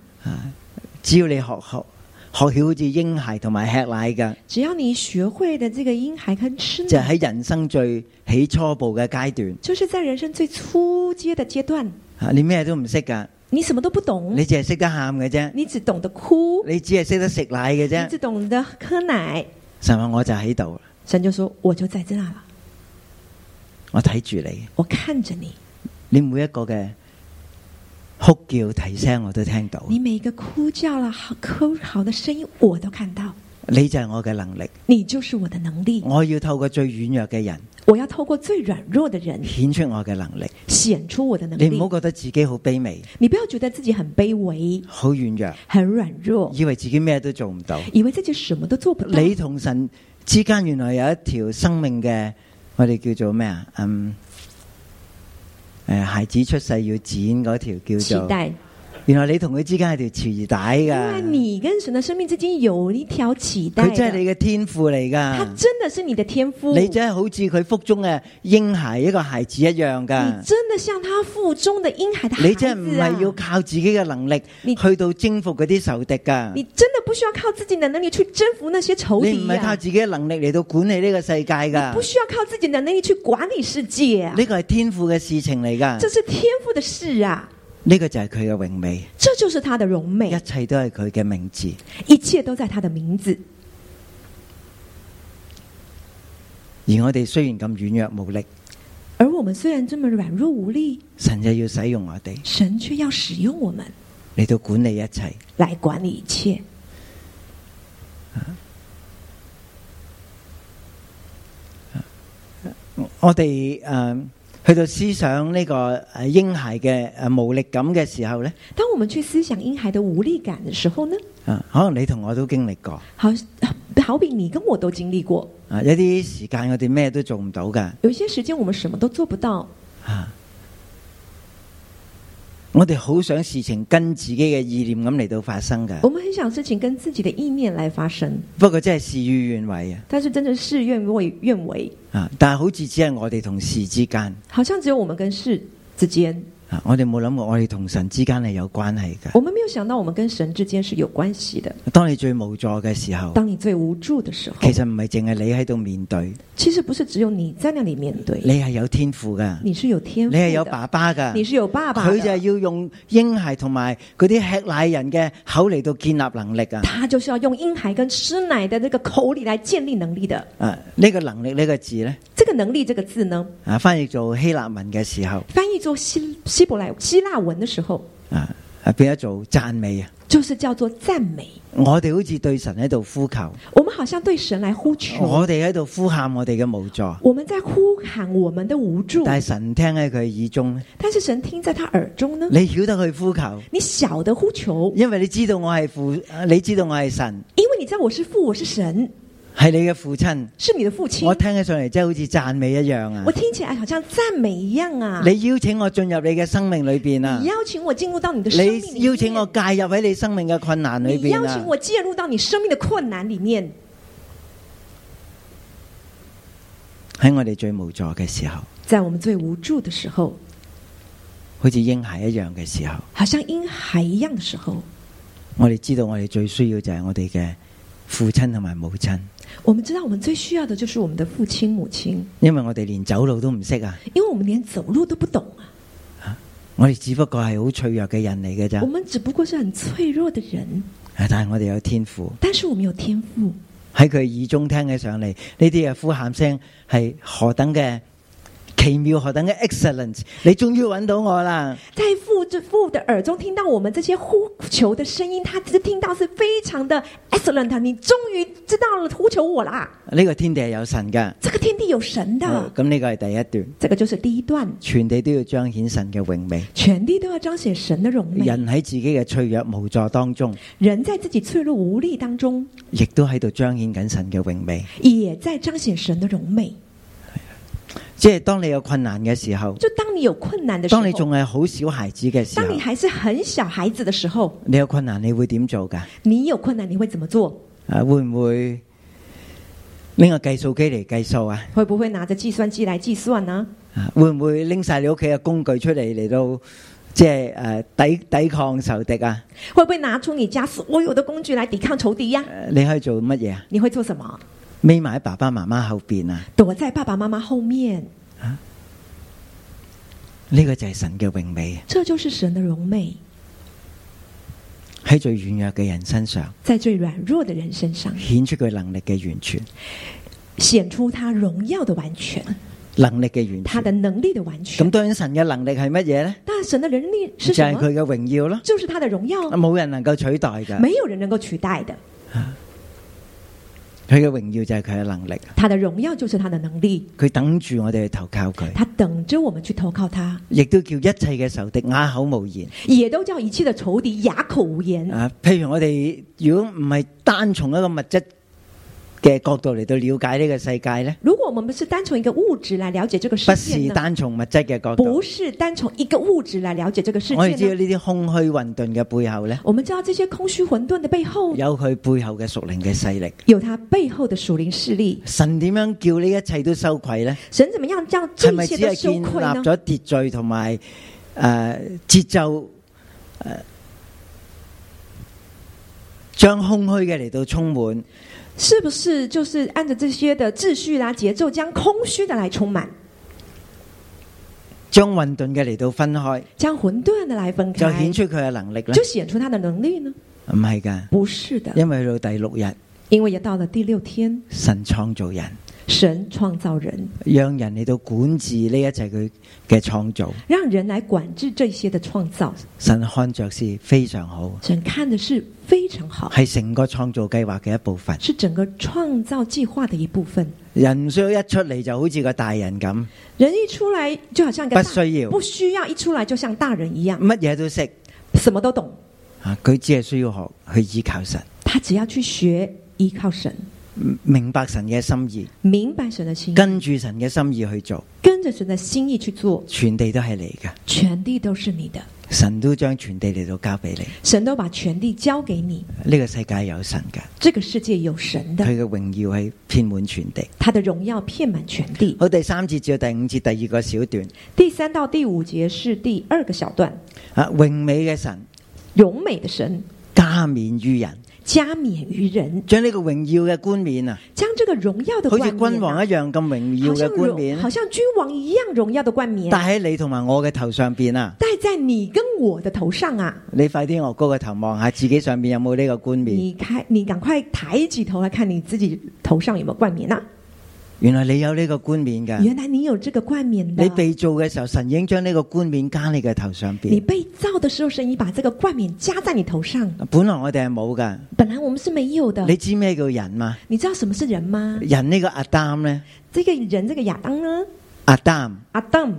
只要你學學學曉好似嬰孩同埋吃奶㗎，
只要你学会了这个婴孩跟吃
就
奶，
喺人生最起初步嘅階段。
就是在人生最初阶的阶段，
啊你咩都唔識㗎，
你什么都不懂，
你
你
淨係識得喊嘅啫，
只懂得哭，
你只係識得食奶
你
嘅啫。
只懂得喝奶。
神話我就喺度啦，”
神就说：“我就在这了，
我睇住你，
我看着你，
你每一個嘅哭叫啼聲我都聽到，
你每一个哭叫啦、好哭嚎的声音我都看到，
你就係我嘅能力。
你就是我的能力。
我要透過最軟弱嘅人
我要透过最软弱的人
顯出我嘅能力。
显出我的能
你
力。
唔好覺得自己好卑微、
你不要觉得自己很卑微、
好軟弱，
很软弱，
以為自己咩都做唔到。
以为自己什么都做不到。
你同神之間原來有一條生命嘅，我哋叫做咩啊？嗯，诶、孩子出世要剪嗰條
期
叫做，
待，
原來你同佢之間係條磁帶
因为
㗎，
你跟神的生命之间有一条脐带
佢
的，
真係你嘅天賦嚟
它
㗎。
真的是你的天赋。
你真係好似佢腹中嘅嬰孩一個孩子一樣
你
㗎。
真的像他腹中的婴孩的孩子、啊，
你真係唔係要靠自己嘅能力
你
去到征服嗰啲仇敵㗎。
你真的不需要靠自己的能力去征服那些仇
你唔
敌
係靠
啊！
自己嘅能力嚟到管理呢個世界㗎，
不需要靠自己的能力去管理世界、啊，
呢個係天賦嘅事情嚟㗎。
这是天赋的事啊！
呢個就係佢嘅榮美，
这就是他的荣
一
美，
切都係佢嘅名字。
一切都在他的名字。
而我哋雖然咁軟弱無力，
而我们虽然这么软弱无力，
神就要使用我哋
神却要使用我们
嚟到管理一切。
来管理一切。
我哋诶、呃去到思想呢個诶婴孩嘅诶无力感嘅時候呢，
当我们去思想婴孩的无力感的时候呢，
啊，可能你同我都經歷過
好好比你跟我都经历过，
啊，有啲時間我哋咩都做唔到㗎。
有一些时间我们什么都做不到，
啊我哋好想事情跟自己嘅意念咁嚟到發生㗎。
我们很想事情跟自己的意念来发生，
不過真係事與願違啊！
但是真的事愿为愿违，
啊，但係好似只係我哋同事之間
好像只有我们跟事之间，
啊，我哋冇諗過我哋同神之間係有關係嘅。
我们没有想到我们跟神之间是有关系的。
當你最無助嘅時候，
当你最无助的时候，
其實唔係淨係你喺度面對，
其实不是只有你在那里面对，
你係有天賦噶，
你是有天赋
你
的，
係有爸爸噶，
你是有爸爸的，
佢就係要用嬰孩同埋嗰啲吃奶人嘅口嚟到建立能力啊！
他就是要用婴孩跟吃奶的那个口里来建立能力的。
啊，呢、個能力呢個字呢，
这个能力这个字呢，
啊，翻譯做希臘文嘅時候
翻译做希希伯来希腊文的时候，
啊，啊變咗做讚美啊！
就是叫做赞美。
我哋好似對神喺度呼求，
我们好像对神来呼求，
我哋喺度呼喊我哋嘅無助。
我们在呼喊我们的无助，
但系神聽喺佢耳中咧，
但是神听在他耳中呢。
你曉得佢呼求，
你晓得呼求，
因為你知道我係父，你知道我係神，
因为你知道我是父，我是神，
係你嘅父親。
是你的父亲
我。聽起上嚟真係好似讚美一樣啊
我！听起来好像赞美一样啊！
你邀請我進入你嘅生命裏边啊
你！邀请我进入到你的生命里
你
面，
邀請我介入喺你生命嘅困難裏
你
边
邀请
啊！
我介入到你生命的困难里面。
喺我哋最無助嘅時候，
在我们最无助的时候，
好似嬰孩一樣嘅時候，
好像婴孩一样的时候，
我哋知道我哋最需要就係我哋嘅父親同埋母親，
我们知道我们最需要的就是我们的父亲、母亲，
因為我哋連走路都唔識啊！
因为我们连走路都不懂啊，
我哋只不過係好脆弱嘅人嚟嘅咋啊
我，们只不过是很脆弱的人，
但係我哋有天賦。
但是我们有天赋。
喺佢耳中聽起上嚟，呢啲嘅呼喊聲係何等嘅奇妙，何等嘅 excellence！你終於揾到我啦！
在父这父的耳中听到我们这些呼求的声音，他只听到是非常的 excellent，你啊终于知道了呼求我啦！
呢、個天地係有神噶，
这个天地有神的，啊
好咁呢個係第一段，
这个就是第一段，
全地都要彰顯神嘅榮美。
全地都要彰显神的荣美。
人喺自己嘅脆弱無助當中，
人在自己脆弱无力当中，
亦都喺度彰顯緊神嘅榮美。
也在彰显神的荣美。
即係當你有困難嘅時候，
就当你有困难的时候，
當你仲係好小孩子嘅時
当你
候，
还是很小孩子的时候，
你有困難你會點做㗎？
你有困难你会怎么做？
啊，會唔會拎個計數機嚟計數啊？
会不会拿着计算机来计算呢？
啊會唔會拎晒你屋企嘅工具出嚟嚟到即係诶抵抵抗仇敵啊？
会不会拿出你家所有的工具来抵抗仇敌呀？
誒你可以做乜嘢啊？
你会做什么？
匿埋喺爸爸媽媽後边啊？
躲在爸爸妈妈后面，
呢、個就係神嘅榮美
这就是神的荣美，
喺最軟弱嘅人身上
在最软弱的人身上
顯出佢能力嘅完全，
显出他荣耀的完全，
能力嘅完
他
全。
的能力的完全
咁。當然神嘅能力係乜嘢呢？
但神的能力
就是
什
係
么？
佢嘅榮耀咯，
就是他的荣耀，
冇人能夠取代㗎。
没有人能够取代的。
佢嘅榮耀就係佢嘅能力，
他的荣耀就是他的能力，
佢等住我哋去投靠佢，
他等着我们去投靠他，
亦都叫一切嘅仇敵啞口無言。
也都叫一切的仇敌哑口无言。
啊，譬如我哋如果唔係單從一個物質嘅角度嚟到了解呢個世界呢，
如果我们不是单从一个物质来了解这个世
不是
界呢？
單從物質嘅角
不
度，
是单从一个物质来了解这个世
我哋知
界
道
呢？
呢啲空虛混沌嘅背後呢，
我们知道这些空虚混沌的背后，
有佢背後嘅屬靈嘅勢力。
有它背后的属灵势力。
神點樣叫呢一切都羞愧呢？
神怎么样叫这
係咪
一
只
切
係
都
建
羞
立
愧呢？
咗秩序同埋诶节奏呃將空虛嘅嚟到充滿，
是不是就是按着这些的秩序啦、节奏，将空虚的来充满，
將混沌嘅嚟到分開，
将混沌的来分
就
开
顯，出佢嘅能力咧
就？显出他的能力呢？
唔係㗎，
不是的，
因為去到第六日，
因为也到了第六天，
神創造人，
神创造人，
讓人嚟到管治呢一切佢嘅創造。
让人来管制这些的创造。
神看着是非常好，
神看的是非常好，
係成個創造計劃嘅一部分。
是整个创造计划的一部分。
人唔需要一出嚟就好似個大人咁，
人一出来就好像一个
不
大
需要
不需要一出来就像大人一样，
乜嘢都識
什么都懂。
啊！佢只係需要學去依靠神。
他只要去学，依靠神，
明白神嘅心意，
明白神的心意，
跟住神嘅心意去做，
跟着神的心意去做，
全地都系你嘅，
全地都是你的。
神都将全地嚟到交俾你。
神都把全地交给你。
呢、個个世界有神嘅，
这个世界有神的，
佢嘅荣耀系遍满全地。
他的荣耀遍满全地。
好，第三节至到第五节第二个小段
第三到第五节是第二个小段，
啊，荣美嘅神
荣美的神
加冕于人，
加冕于人，
将呢个荣耀嘅冠冕啊，
将这个荣耀的
好
冠
似
冕、啊，
君王一样咁荣耀
好像
嘅冠
荣
冕，
好像君王一样荣耀的冠冕，
戴喺你同埋我嘅头上边啊！
戴在你跟我的头上啊！
你快啲昂高個頭望下自己上面有冇呢個冠冕？
你开，你赶快抬起头来看你自己头上有没有冠冕啊！
原來你有呢個冠冕㗎。
原来你有这个冠冕的。
你被造嘅時候，神已經將呢個冠冕加你嘅頭上
你
邊。
被造的时候，神已把这个冠冕加在你头上。
本來我哋係冇噶，
本来我们是没有的。
你知咩叫人嘛？
你知道什么是人吗？
人呢個阿擔咧，
这个人，这个亚当呢？
阿擔
阿当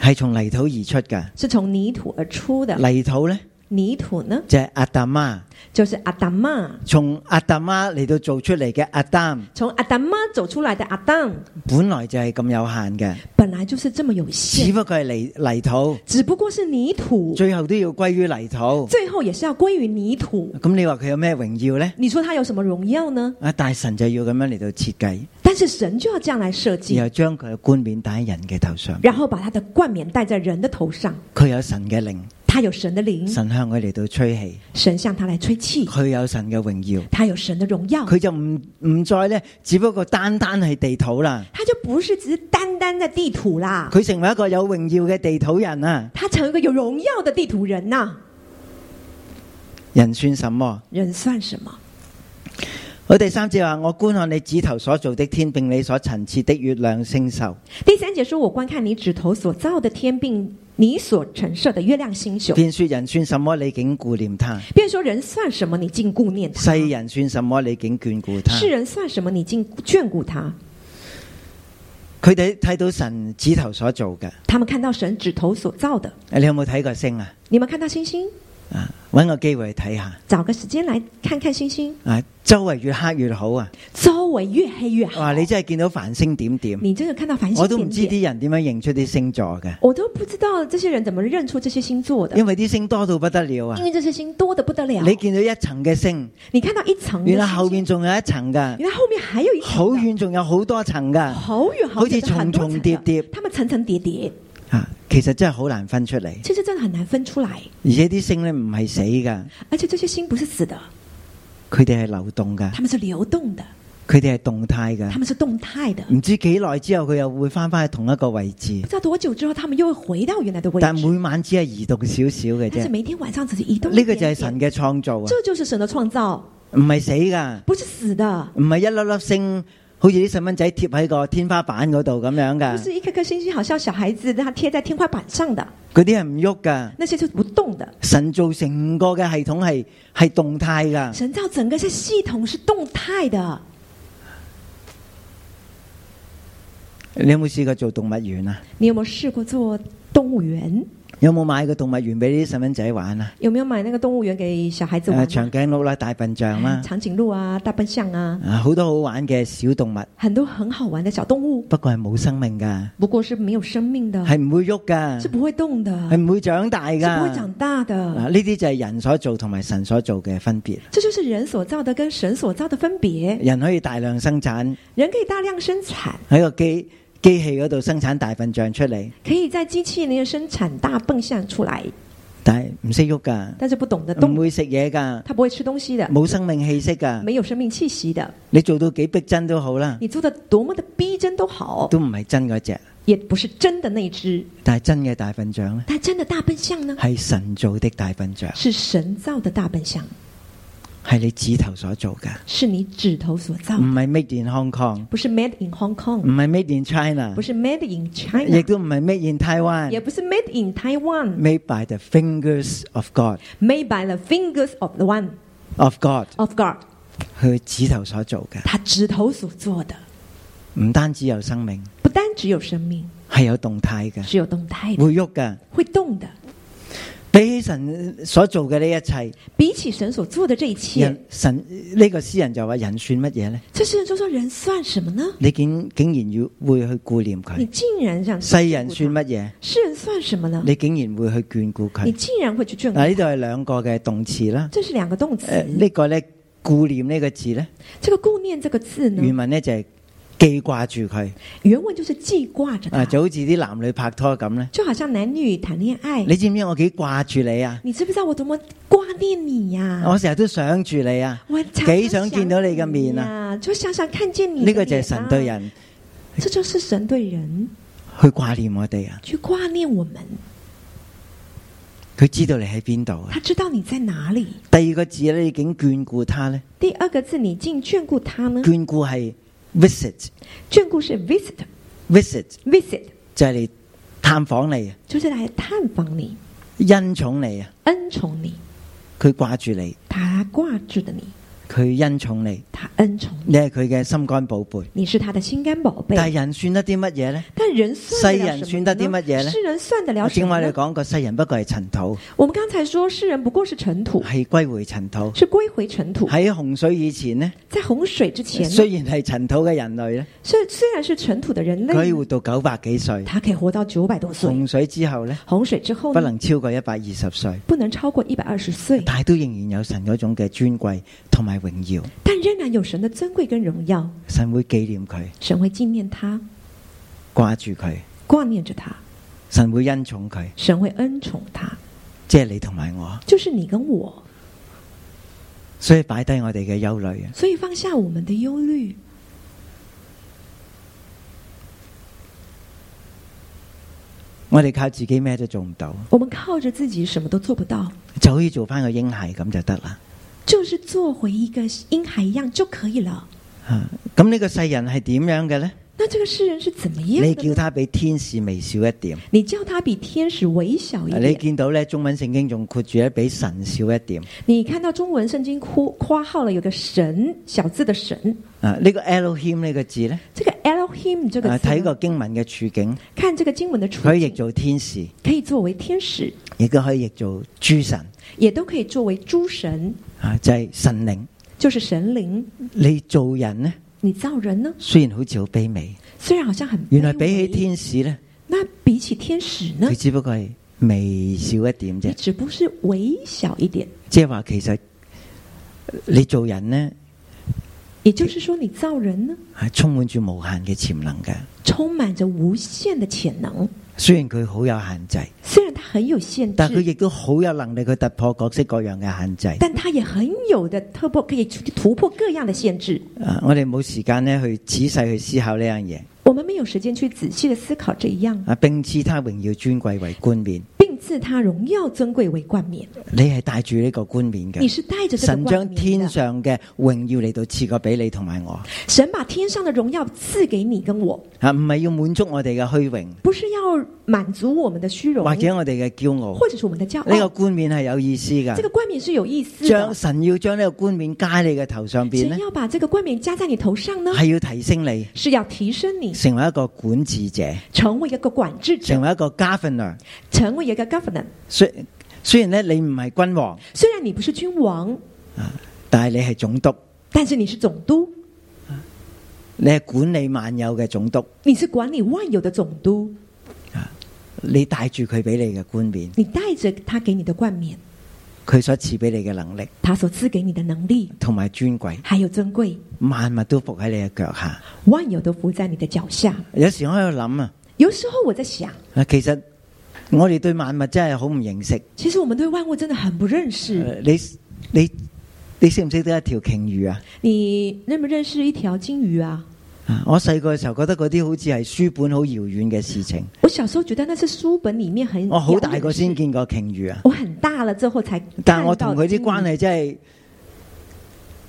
係從泥土而出噶，
是从泥土而出的。
泥土咧
泥土呢，
就係阿達媽，
就是阿达玛，
從阿達媽嚟到做出嚟嘅阿擔，
从阿达玛走出来的阿当，
本來就係咁有限嘅，
本来就是这么有
只
限，
不過係泥泥土，
只不過是泥土，
最後都要歸於泥土。
最后也是要归于泥土。
咁你話佢有咩榮耀咧？
你说他有什么荣耀呢？
啊，大神就要咁樣嚟到設計，
但是神就要这样来设
然
计，
後將佢嘅冠冕戴喺人嘅頭上。
然后把他的冠冕戴在人的头上。
佢有神嘅靈，
他有神的灵，
神向佢嚟到吹氣。
神向他来吹气，
佢有神嘅榮耀，
他有神的荣耀，
佢就唔唔再咧，只不過單單係地土啦。
他就不是只是单单的地土啦，
佢成為一個有榮耀嘅地土人啊！
他成为一个有荣耀的地土人呐、
人算什麼？
人算什么？
我第三節話：我觀看你指頭所造的天，並你所陳設的月亮星宿。
第三节说：“我观看你指头所造的天，并你所陈设的月亮星宿，
便說人算什麼？你竟顧念他；
便说人算什么？你竟顾念他；
世人算什麼？你竟眷顧他
世。人算什么？你竟眷顾他。”
佢哋睇到神指頭所做嘅，
他们看到神指头所造的，
你有冇睇過星啊？
你们看到星星，
啊，揾個機會去睇下
找个时间来看看星星，
啊，周圍越黑越好啊！
周围越黑越好。
哇，你真係見到繁星點點，
你真的看到繁星
嗯我都唔
点
知
点，
啲人點樣認出啲星座嘅，
我都不知道这些人怎么认出这些星座的，
因為啲星多到不得了啊
因！为这些星多的不得了。
你見到一層嘅星，
你看到一层的
原來
星
後
星
面仲有一層噶，
原来后面还有一层的
好，遠仲有好多層噶。
好远好远的，
好似
很多
重重
层
叠叠
的，他们层层叠叠，
啊，其實真係好難分出嚟，
其实真的很难分出来。
而且啲星咧唔係死㗎，
而且这些星不是死的，
嗯佢哋係流動㗎，
他们是流动的，
佢哋係動態㗎
他。们是動態的。
唔知幾耐之後佢又會翻返去同一個位置
不，知道多久之後，他們又会回到原來的位
但
置。
每晚只係移動少少嘅
但
啫
是。每天晚上只是移动一
呢個
点
就
点
係神，嘅創造啊，
这就是神的創造，
唔係死㗎，
不是死的，
唔係一粒粒星，好似啲細蚊仔貼喺個天花板嗰度咁樣
不
㗎，
是一顆顆星星，好像小孩子他貼在天花板上的，
嗰啲係唔喐㗎。
那些就是不動的。
神造成個嘅系統係系动态㗎，
神造整個是系統是動態的，
你有冇試過做動物園啊？
你有沒有試過做動物園？
有冇買過動物園俾啲細蚊仔玩啊？
有沒有買那個動物園給小孩子玩
誒
啊？
長頸鹿啦、大笨象啦，
長頸鹿啊，大笨象啊，
啊好多好玩嘅小動物，
很多很好玩的小動物，
不過係冇生命㗎，
不過是沒有生命的，
係唔會喐
是
㗎，
不會動的，
係唔會長大
是不啊會
㗎。啊
長大的。
嗱，呢啲就係人所做同埋神所做嘅分別。
这就是人所造的跟神所造的分别。
人可以大量生產
人可以大量生产，
喺個機機器嗰度生產大笨象出嚟，
可以在机器里面生产大笨象出来，
但係唔識喐㗎，
但是不懂得
唔
动，
會食嘢㗎，
它不会吃东西的，
冇生命氣息㗎。
没有生命气息的。
你做到幾逼真都好啦，
你做的多么的逼真都好，
都唔係真嗰只。
也不是真的那一只。
但係真嘅大笨象咧，
但真的大笨象呢，
係神造的大笨象，
是神造的大笨象，
係你指頭所做㗎，
是你指头所造
唔，係 made in Hong Kong，
不是 made in Hong
唔
Kong，
係 made in China，
不是 made in
亦
China，
都唔係 made in
也
Taiwan。
不是 made in Taiwan，made
Made by the fingers of God,
by the fingers of the one
of God，
of God，
佢指頭所做嘅，
他指头所做的。
唔單止有生命，
不单只有生命，
係有動態嘅，
是有动态的，
會喐㗎。
会动的。
比起神所做嘅呢一
比起神所做的这一
切，
切，
人神呢、個詩人就話：人算乜嘢呢？
这世人就说人算什么呢？
你竟竟然要會去顧念
你
佢，
竟然想
世人哎算乜嘢？
世人算什么呢？
你竟然會去眷顧
你
佢。
竟然会去眷顾，
嗱，呢度係兩個嘅動詞啦。
这是两个动词。
诶、呢、個呢，顧念呢個字呢，
这个顾念这个字呢，
原文呢就係記掛住佢
原文就是记挂着它，
啊，就好似啲男女拍拖咁呢。
就好像男女谈恋爱。
你知唔知我幾掛住你啊？
你知不知道我多么挂念你呀？
我成日都想住你啊！
我常常
幾想見到你嘅
想
面
呀！就想想看见你
呢、
的
個就係
脸
神
啊
對，人
这就是神对人
去掛念我哋啊！
去挂念我们。
哎佢知道你喺邊度啊！
他知道你在哪里。
第二個字呢，你竟眷顧他呢。
第二个字，你竟眷顾他呢？
眷顧係 visit
眷顾是 visit
visit
visit，
就係嚟探訪你，
就是来探访你、
恩寵你啊！
恩宠你，
佢掛住你，
他挂住的你，
佢恩寵你，
他恩宠你，
你係佢嘅心肝寶貝。
你是他的心肝宝贝。
但係人算得啲乜嘢呢？
但人算得了
世人
什
算
么
得
呢？
啲乜嘢呢
世人算得了什
正
么
話你
呢？
講個世人不過係塵土，
我们刚才说，世人不过是尘土，
係歸回塵土。
是归回尘土。
喺洪水以前呢，
在洪水之前呢，
雖然係塵土嘅人類呢，
虽虽然是尘土的人
佢可以
类，
活到九百幾歲。
他可以活到九百多岁。
洪水之後呢，
洪水之后
不
呢，
能超過一百二十歲，
不能超过一百二十岁，
但係都仍然有神嗰種嘅尊貴同埋榮耀。
但仍然有神的尊贵跟荣耀，
神會紀念佢，
神会纪念他，
掛住佢，
挂念着他，
神會恩寵佢，
神会恩宠他。
即係你同埋我。
就是你跟我，
所以擺低我哋嘅憂慮啊！
所以放下我们的忧虑。
我哋靠自己咩都做唔到，
我们靠着自己什么都做不到，
就可以做翻個嬰孩咁就得啦。
就是做回一个婴孩一样就可以了。
啊咁呢個世人係點樣嘅呢？
那这个世人是怎么
你
样的
叫
呢？
他比天使微小一點，
你叫他比天使微小一
你
点。
見到呢中文聖經仲括住咧比神少一點。
你看到中文圣经括括号了有个神小字的神，
啊，呢、個 Elohim 呢個字呢，
这个 L him 这个
啊
词呢
睇個經文嘅處境，
看这个经文的处
可以譯
境，
做天使，
可以作为天使，
亦都可以譯做諸神
也都可以作为诸神，
啊，就係神靈。
就是神灵。
你做人呢，
你造人呢，
雖然好似好卑微，
虽然好像很
原來
卑
比起
微，
天使呢，
那比起天使呢
佢，只不過係微小一點
你
啫。
只不过是微小一点。
即係話其實你做人呢，
也就是说，你造人呢，
係充滿住無限嘅潛能嘅。
充满着无限的潜能。
雖然佢好有限制，
虽然它很有限
但佢
制，
亦都好有能力去突破各式各樣嘅限制。
但它也很有的突破，可以突破各样的限制。
啊，我哋冇時間呢去仔細去思考呢樣嘢。
我们没有时间去仔细的思考这一样，
啊，并赐他榮耀尊貴為冠冕。
并赐他荣耀尊贵为冠冕。
你係帶住呢個冠冕
你
嘅，
是带着这个
神
冠
將
冕
天
的。
上嘅榮耀嚟到賜過俾你同埋我。
神把天上的荣耀赐给你跟我，
啊，唔係要滿足我哋嘅虛榮，
不是要满足我们的虚荣，
或者我哋嘅驕傲。
或者是我们的骄
呢個
傲。
冠冕係有意思
啊这
㗎。
个冠冕是有意思
將
的，
神要將呢個冠冕加你嘅頭上邊
神
呢，
要把这个冠冕加在你头上呢，
係要提升你
是要提升你
成為一個管治者，
成为一个管制者
成，為一個 governor。
成为一个 governor。
雖雖然咧你唔係君王，
虽然你不是君王，
但係你係總督，
但是你是总督，
你係管理萬有嘅總督。
你是管理万有的总督，
你帶住佢俾你嘅冠冕，
你带着他给你的冠冕，
佢所賜俾你嘅能力。
他所赐给你的能力，
同埋尊貴，
还有尊贵，
萬物都伏喺你嘅腳下。
万有都伏在你的脚下。
有時我喺度諗啊，
有时候我在想，
啊其實我哋對萬物真係好唔認識。
其实我们对万物真的很不认识。
呃你你你識唔識得一條鯨魚啊？
你认不认识一条金鱼啊？
啊我細個嘅時候覺得嗰啲好似係書本好遙遠嘅事情，
我小时候觉得那是书本里面很
我哦好大
遥远
個
的
先
嗯事，
見過鯨魚啊。
我很大了之后才
但
看
我
到
同佢啲
金鱼
關係真係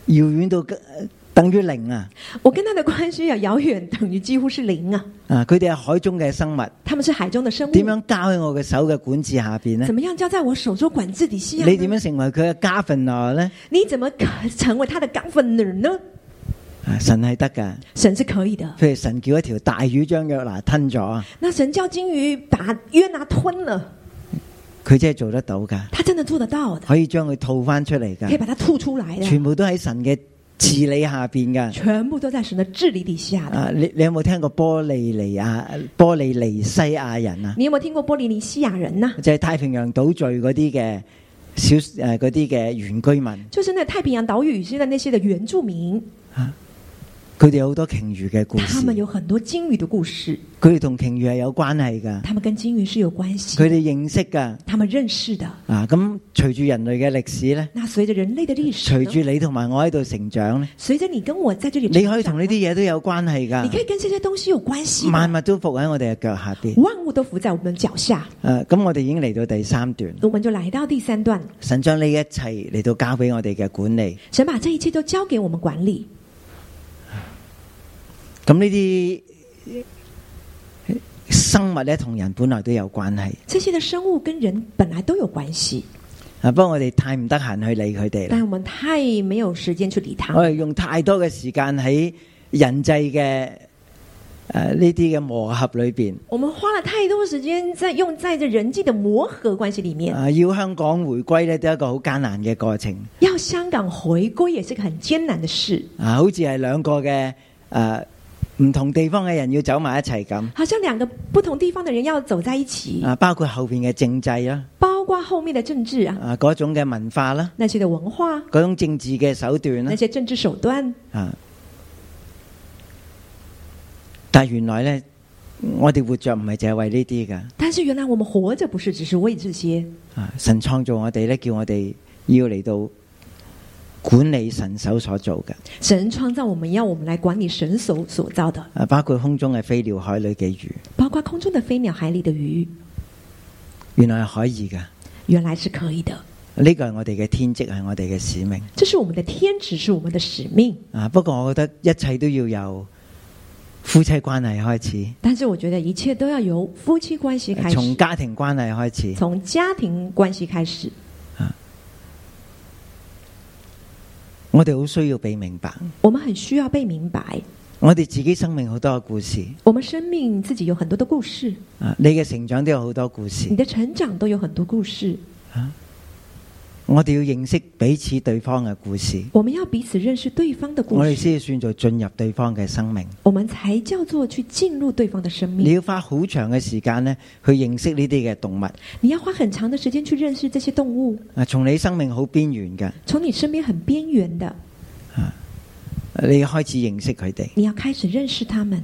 遙遠到呃等於零啊！
我跟他的关系要遥远等于几乎是零啊。
啊，佢哋係海中嘅生物，
他们是海中的生物，
點樣交喺我嘅手嘅管治下邊呢
怎？么样交在我手中管制底啊下呢？
你點樣成為佢嘅家分啊呢？
你怎么可成为他的 governor 呢？
啊神係得㗎。
神是可以的。
譬如神叫一條大魚將約拿吞咗啊，
那神叫金鱼把约拿吞了，
佢真係做得到噶，
他真的做得到的，
可以將佢吐翻出嚟
可以
噶，
把它吐出来
全
的，
部都喺神嘅治理下边噶。
全部都在神的治理底下的。
啊，你你有冇聽過波利尼亞、波利尼西亞人啊？
你有没有听过波利尼西亚人呢？
就係太平洋島嶼嗰啲嘅小诶嗰啲嘅原居民，
就是那太平洋岛屿现在那些的原住民，
佢哋有好多鯨魚嘅故
他
事，
们有很多金鱼的故事，
佢哋同鯨魚係有關係噶，
他们跟金鱼是有关系，
佢哋認識噶。
他们认识的。
啊，咁隨住人類嘅歷史咧，
那随着人类的历史
隨
呢，
住你同埋我喺度成長咧，
随着你跟我在这里成长
你
呢，
可以同呢啲嘢都有關係
你
噶
可。以跟这些东西有关系的。
萬物都伏喺我哋嘅腳下邊。
万物都伏在我们脚下，
诶、咁我哋已經嚟到第三段，
我们就来到第三段。
神將呢一切嚟到交俾我哋嘅管理。
神把这一切都交给我们管理，
咁呢啲生物咧，同人本來都有關係。
这些的生物跟人本来都有关系，
啊，不過我哋太唔得閒去理佢哋
但
啦。
我们太没有时间去理它
我，哋用太多嘅時間喺人際嘅诶呢啲嘅磨合裏边。
我们花了太多时间在用在这人际的磨合关系里面。
啊，要香港回歸咧，都係一個好艱難嘅過程。
要香港回归也是个很艰难的事，
啊，好似係兩個嘅诶唔同地方嘅人要走埋一齊咁。
好像两个不同地方的人要走在一起，
啊，包括後边嘅政制啦。
包括后面的政治啊，
啊嗰種嘅文化啦，
那些的文化，
嗰種政治嘅手段啦
那，些政治手段。
啊！但原來呢，我哋活着唔係淨係為呢啲噶，
但是原来我们活着不是只是为这些，
啊！神創造我哋呢，叫我哋要嚟到管理神手所做嘅，
神创造我们，要我们来管理神手所造的，
啊，包括空中嘅飛鳥、海裏嘅魚，
包括空中的飞鸟、海里的鱼，
原來係可以噶。
原来是可以的。
呢個係我哋嘅天職，係我哋嘅使命
这是我们的天职，是我们的使命。
啊！不過我覺得一切都要由夫妻關係開始，
但是我觉得一切都要由夫妻关系开始，
從哎家庭關係開始。
从家庭关系开始。
我哋好需要被明白，
我们很需要被明白，
我哋自己生命好多嘅故事，
我们生命自己有很多的故事，
啊，你嘅成長都有好多故
你
事。
的成长都有很多故事。
我哋要認識彼此對方嘅故事，
我们要彼此认识对方的故
我哋
事，
先算做進入對方嘅生命。
我们才叫做去进入对方的生
你
命。
要花好長嘅時間呢，去認識呢啲嘅動物。
你要花很长的时间去认识这些动物，
啊，從你生命好邊緣嘅，
从你身边很边缘的，
你要開始認識佢哋，
你要开始认识他们，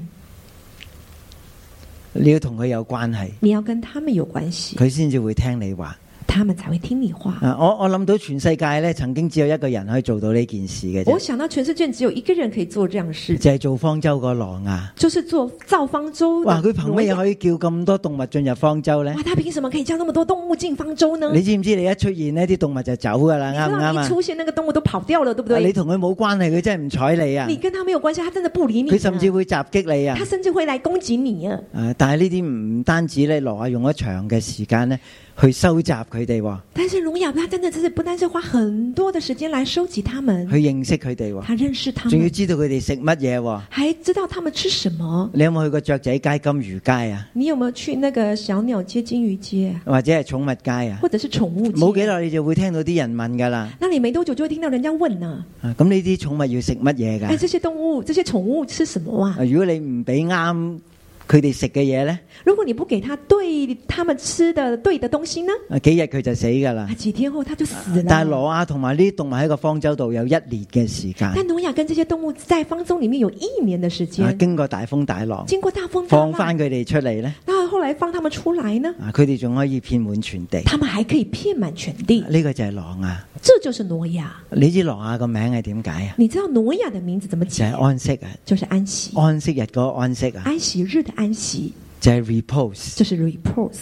你要同佢有關係，
你要跟他们有关系，
佢先至會聽你話。
他们才会听你话。
啊，我我谂到全世界咧，曾經只有一個人可以做到呢件事嘅
我
啫，
想到全世界只有一个人可以做这样的事，
就係做方舟個羅亞。
就是做造方舟的
哇！
挪亚。
佢憑乜嘢可以叫咁多動物進入方舟呢？
哇，他凭什么可以叫那么多動物进方舟呢？
你知唔知你一出現呢啲動物就走噶啦，
你
啱
知
唔
道
啱
一
啊？
出現那個動物都跑掉了，对不
啊你
对？
同佢冇關係，佢真係唔睬你啊
你！跟他沒有關係，他真的不理你啊。
佢甚至會襲擊你啊
他！甚至會來攻擊你啊！
啊！但係呢啲唔單止咧，羅亞用咗長嘅時間咧去收集佢哋喎，
但是聋哑他真的是不单是花很多的时間來收集他
去
們，
認識佢哋喎，
他認識他
仲要
們，
知道佢哋食乜嘢喎。
還知道他們吃什麼。
你有冇去過雀仔街、金魚街啊？
你有沒有去那個小鳥街、金魚街，啊
或者係寵物街啊？
或者是寵物街？
冇幾耐你就會聽到啲人問噶啦。
那你沒多久就會聽到人家問呢、
啊咁呢啲寵物要食乜嘢
啊，
㗎
哎，？這些動物、這些寵物吃什麼啊
啊？如果你唔俾啱佢哋食嘅嘢呢，
如果你不給他對他們吃的對的東西呢，
啊幾日佢就死㗎啦
啊，。幾天後他就死
但係
了。
羅亞同埋呢啲動物喺個方舟度有一年嘅時間，
但挪亞跟这些动物在方舟里面有一年的时
啊
间，
經過大風大浪，
经过大风大
放
浪，
翻佢哋出嚟呢，
那后来放他们出来呢，
啊佢哋仲可以遍滿全地。
他们还可以遍满全地。
呢個就係羅亞。
这就是挪亚。
你知羅亞個名係點解啊？
你知道挪亚的名字怎么
就
解
係？安息啊，
就是安息，
安息日嗰個安息啊，
安息日的安息
就係 repose，
就是 repose，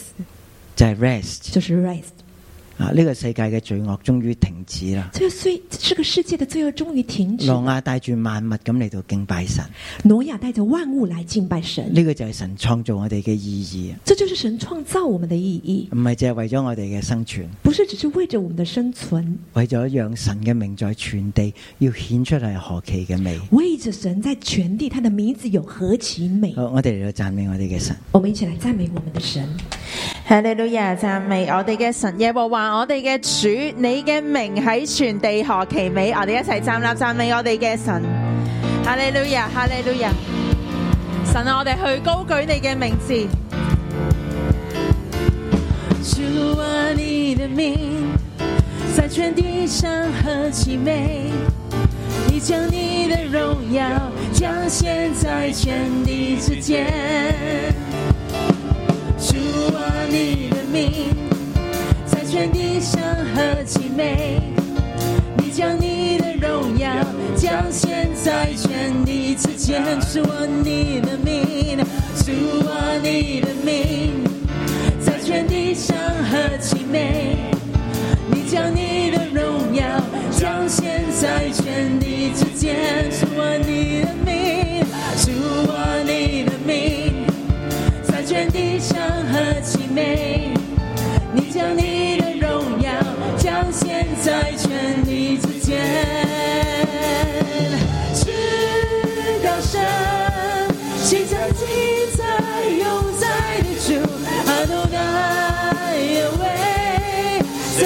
就係 rest
就是 rest。
啊！呢個世界嘅罪惡終於停止啦。
这个罪，这个世界的罪恶终于停止
羅
了。
亞帶住萬物咁嚟到敬拜神，呢、
挪亚带着万物来敬拜神，
個就係神創造我哋嘅意義啊，
这就是神创造我们的意义，
唔係淨係為咗我哋嘅生存，
不是只是为着我们的生存，
為咗讓神嘅名在全地要顯出係何其嘅美。
为着神在全地他的名字有何其美。
好，我哋嚟到讚美我哋嘅神。
我们一起来赞美我们的神。
哈利路亚！赞美我哋嘅神耶和华，我哋嘅主，你嘅名喺全地何其美！我哋一齐站立赞美我哋嘅神。哈利路亚！哈利路亚！神啊，我哋去高举你嘅名字。
主啊，你的名在全地上何其美！你将你的荣耀彰显在全地之间。主啊，你的名在全地上何其美！你将你的荣耀彰显在全地之间。主啊，你的名，主啊，你的名。在全地上何其美！你将你的荣耀彰显在全地之间，主啊你的名，主啊你的名，在全地上何其美！你将你的荣耀彰显在全地之间，直到神，现在今在永在的主，Adonai away，怎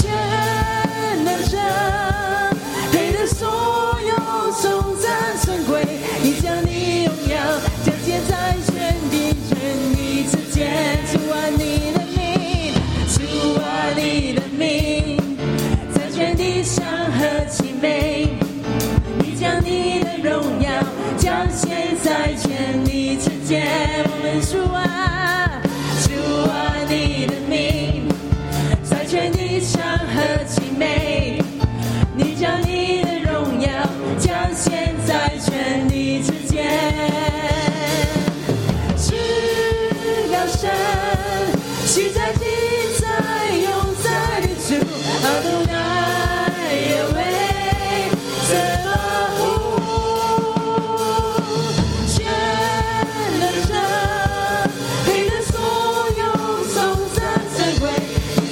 全能者，配得所有颂赞尊贵，你将你荣耀彰显在全地全地之间。主啊，你的名，主啊，你的名，在全地上何其美！你将你的荣耀彰显在全地之间。我们主啊，主啊，你的名。在全地上何其美！你将你的荣耀彰显在全地之间。至高神，昔在今在永在的主，阿东乃耶维，怎么呼？全能者，配得所有颂赞尊贵，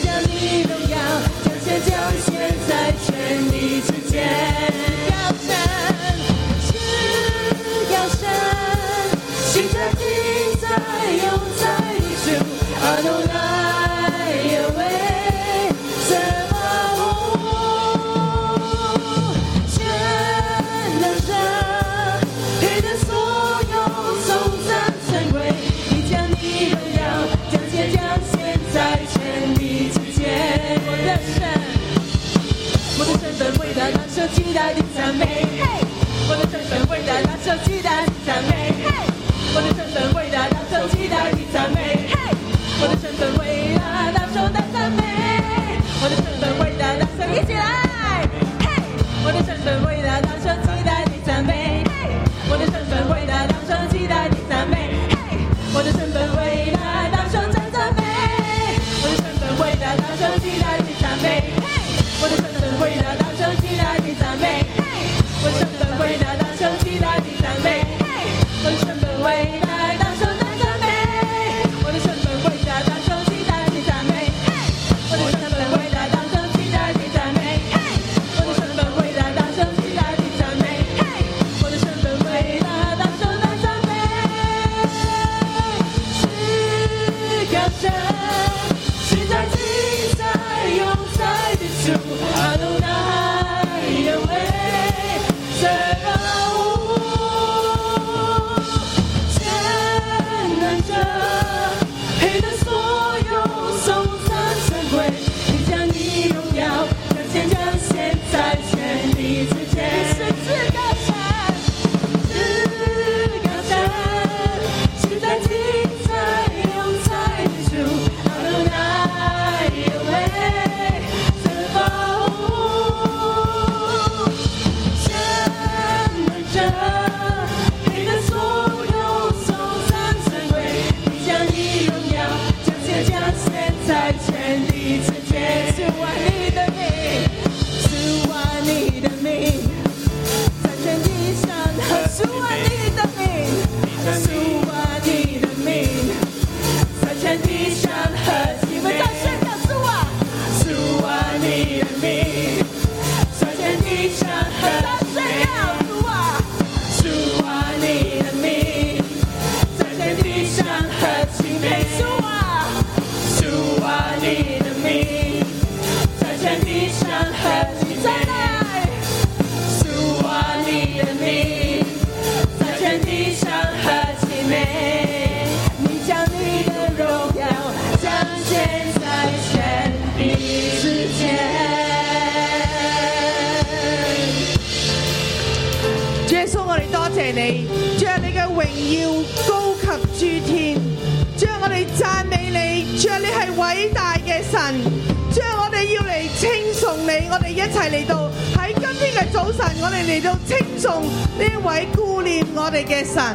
将你荣耀，彰显彰显在全地之间。巨大的赞美，我的神神伟大，大声巨大的赞美，我的神神伟大，大声巨大的赞美，我的神神伟大，大声的赞美，我的神神伟大，大声一起来，我的神神伟大，大声巨大的赞美，我的神神伟大，大声巨大的赞美，我的神神伟大，大声真赞美，我的神神伟大，大声巨大的赞美。我的神神伟大，大声期待你赞美。我的神神伟大，大声期待你赞美。我的神神伟大，大声的赞美。我的神神伟大，大声期待你赞美。我的神神伟大，大声期待你赞美。我的神神伟大，大声期待你赞美。我的神神伟大，大声的赞美。是高声，是在精彩永在的主，阿努奈耶维，神啊我，全能者，配得所有颂赞神归，你将你荣耀彰显彰显在全地之间。是至高神。至高山，是在精彩永在的主，阿罗奈耶维，神保护，神能者，你的所有颂赞神归，你将你荣耀彰显彰显在全地之间，是万你的名，是万你的名。在全地上，数完你的名，数完你的名，在全地上和你们大声告诉我，数完你的名，在全地上和大声告诉我，数完你的名，在全地上和你们数啊，数完你的名，在全地上和你再来。是我你的名，在全地上和其美。你将你的荣耀彰显在全地之间。
主耶稣，我哋多謝你，主啊，你嘅榮耀高及諸天，主啊，我哋讚美你，主啊，你係偉大嘅神，主啊，我哋要嚟稱頌你，我哋一齊嚟到喺今天嘅早晨，我哋嚟到稱頌呢一位顧念我哋嘅神。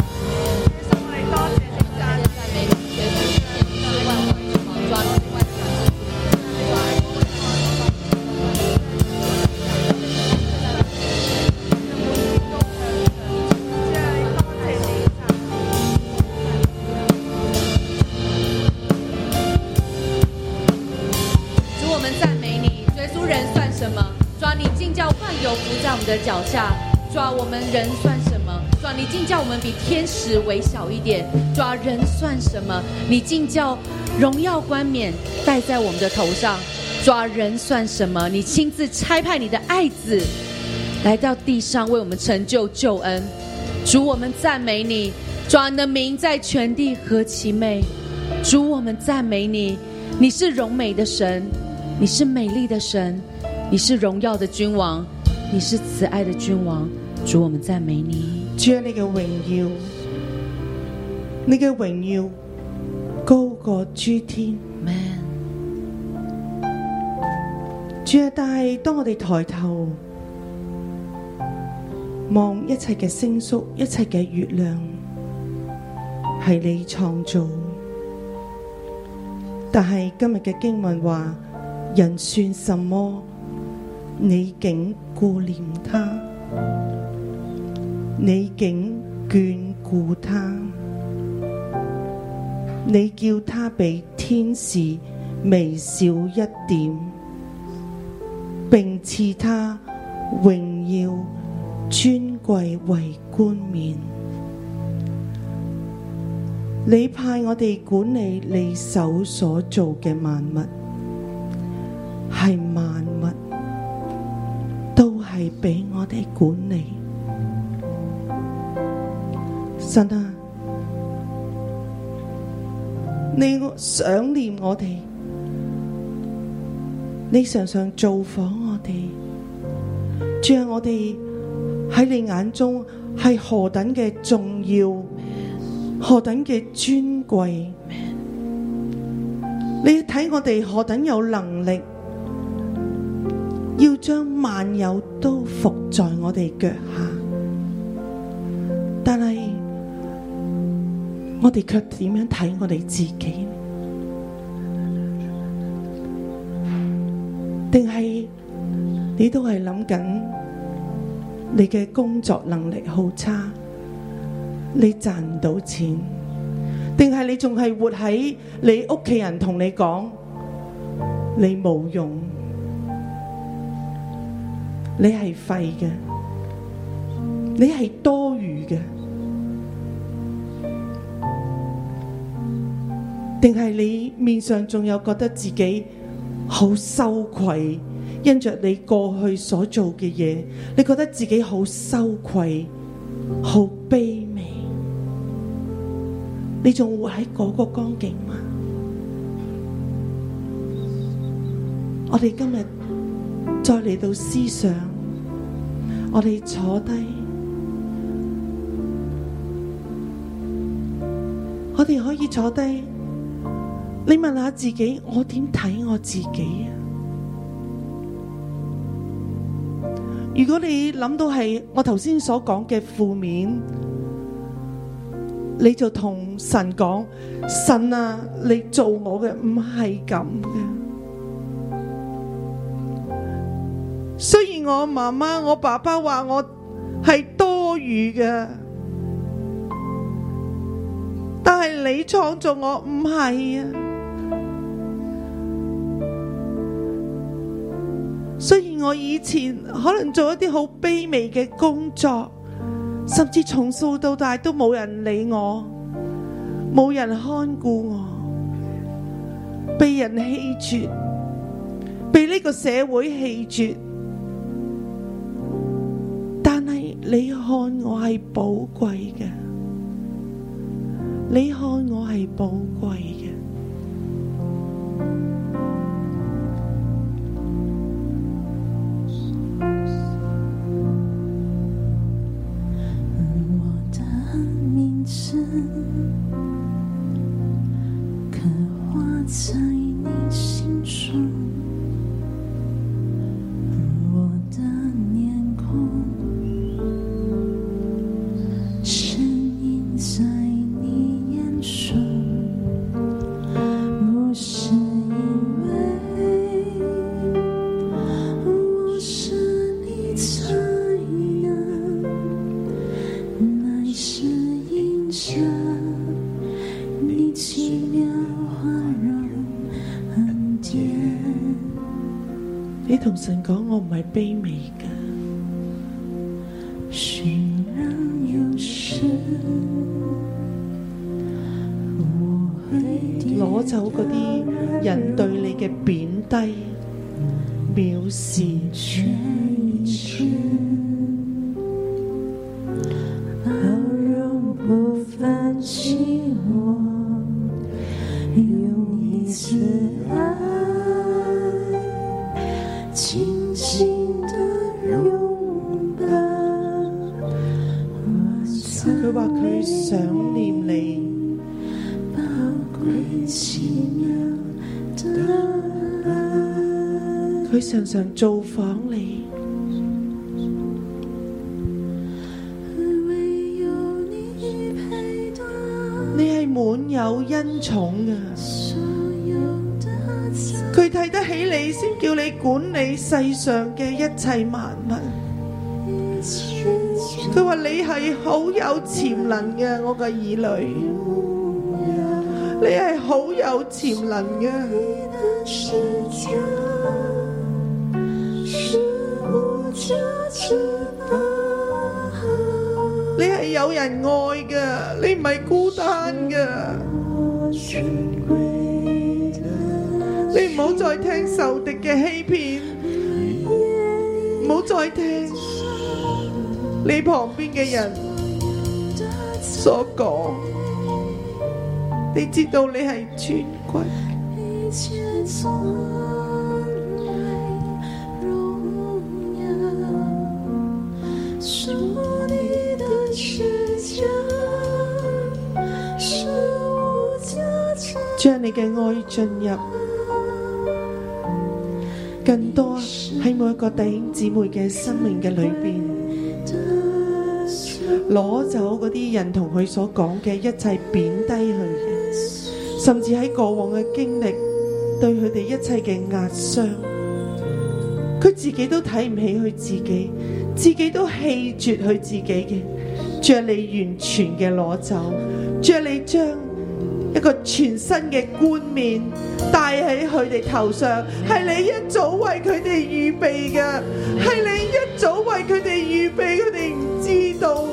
主，我们赞美你。耶稣，人算什么？主啊，你竟叫万有伏在我们的脚下。主啊，我们人算什么？主啊，你竟叫我们比天使微小一点。主啊，人算什么？你竟叫荣耀冠冕戴在我们的头上。主啊，人算什么？你亲自差派你的爱子来到地上，为我们成就救恩。主，我们赞美你。主啊，你的名在全地何其美。主，我们赞美你，你是荣美的神，你是美丽的神，你是荣耀的君王，你是慈爱的君王。主，我们赞美你。
主啊，你嘅荣耀，你嘅荣耀高过诸天。
Man，
主啊，但系当我哋抬头望一切嘅星宿，一切嘅月亮，系你创造。但系今日嘅经文话，人算什么？你竟顾念他，你竟眷顾他，你叫他比天使微小一点。并赐他荣耀尊贵为冠冕。你派我哋管理你手所做嘅万物，系万物都系俾我哋管理。神啊，你想念我哋。你常常造访我哋，主啊，我哋喺你眼中系何等嘅重要，何等嘅尊贵。你睇我哋何等有能力，要将万有都伏在我哋脚下，但系我哋却点样睇我哋自己呢？定系你都系谂紧你嘅工作能力好差，你赚唔到钱，定系你仲系活喺你屋企人同你讲你冇用，你系废嘅，你系多余嘅，定系你面上仲有觉得自己？好羞愧，因着你過去所做嘅嘢，你覺得自己好羞愧、好卑微，你仲活喺嗰個光景嗎？我哋今日再嚟到思想，我哋坐低，我哋可以坐低。你問下自己，我點睇我自己啊？如果你諗到係我頭先所講嘅負面，你就同神講：神啊，你做我嘅唔係咁嘅。雖然我媽媽、我爸爸話我係多餘嘅，但係你創造我唔係啊。雖然我以前可能做一啲好卑微嘅工作，甚至從小到大都冇人理我，冇人看顧我，被人棄絕，被呢個社會棄絕。但係你看我係寶貴嘅，你看我係寶貴嘅。你同神講，我唔係卑微噶。攞走嗰啲人對你嘅貶低、藐視。佢話佢想念你。佢常常造访你。你係滿有恩寵嘅，佢睇得起你，先叫你管理世上嘅一切萬物。佢話你係好有潛能嘅，我嘅兒女，你係好有潛能嘅。你係有人愛嘅，你唔係孤單嘅。你唔好再聽仇敵嘅欺騙，唔好再聽你旁邊嘅人所講。你知道你係尊貴。
千颂爱荣耀。
将你嘅爱进入更多喺每一个弟兄姊妹嘅生命嘅里边，攞走嗰啲人同佢所讲嘅一切贬低佢嘅，甚至喺过往嘅经历对佢哋一切嘅压伤，佢自己都睇唔起佢自己，自己都弃绝佢自己嘅。主啊你完全嘅攞走，主啊你将一个全新嘅冠冕戴喺佢哋头上，系你一早为佢哋预备嘅，系你一早为佢哋预备，佢哋唔知道，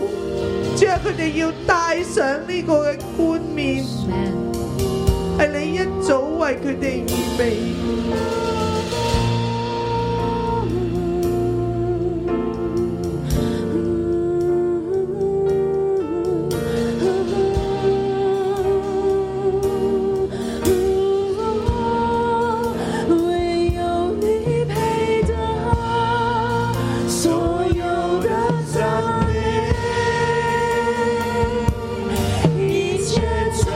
主啊佢哋要戴上呢个嘅冠冕，系你一早为佢哋预备。
唯有你配得所有的赞美，一切尊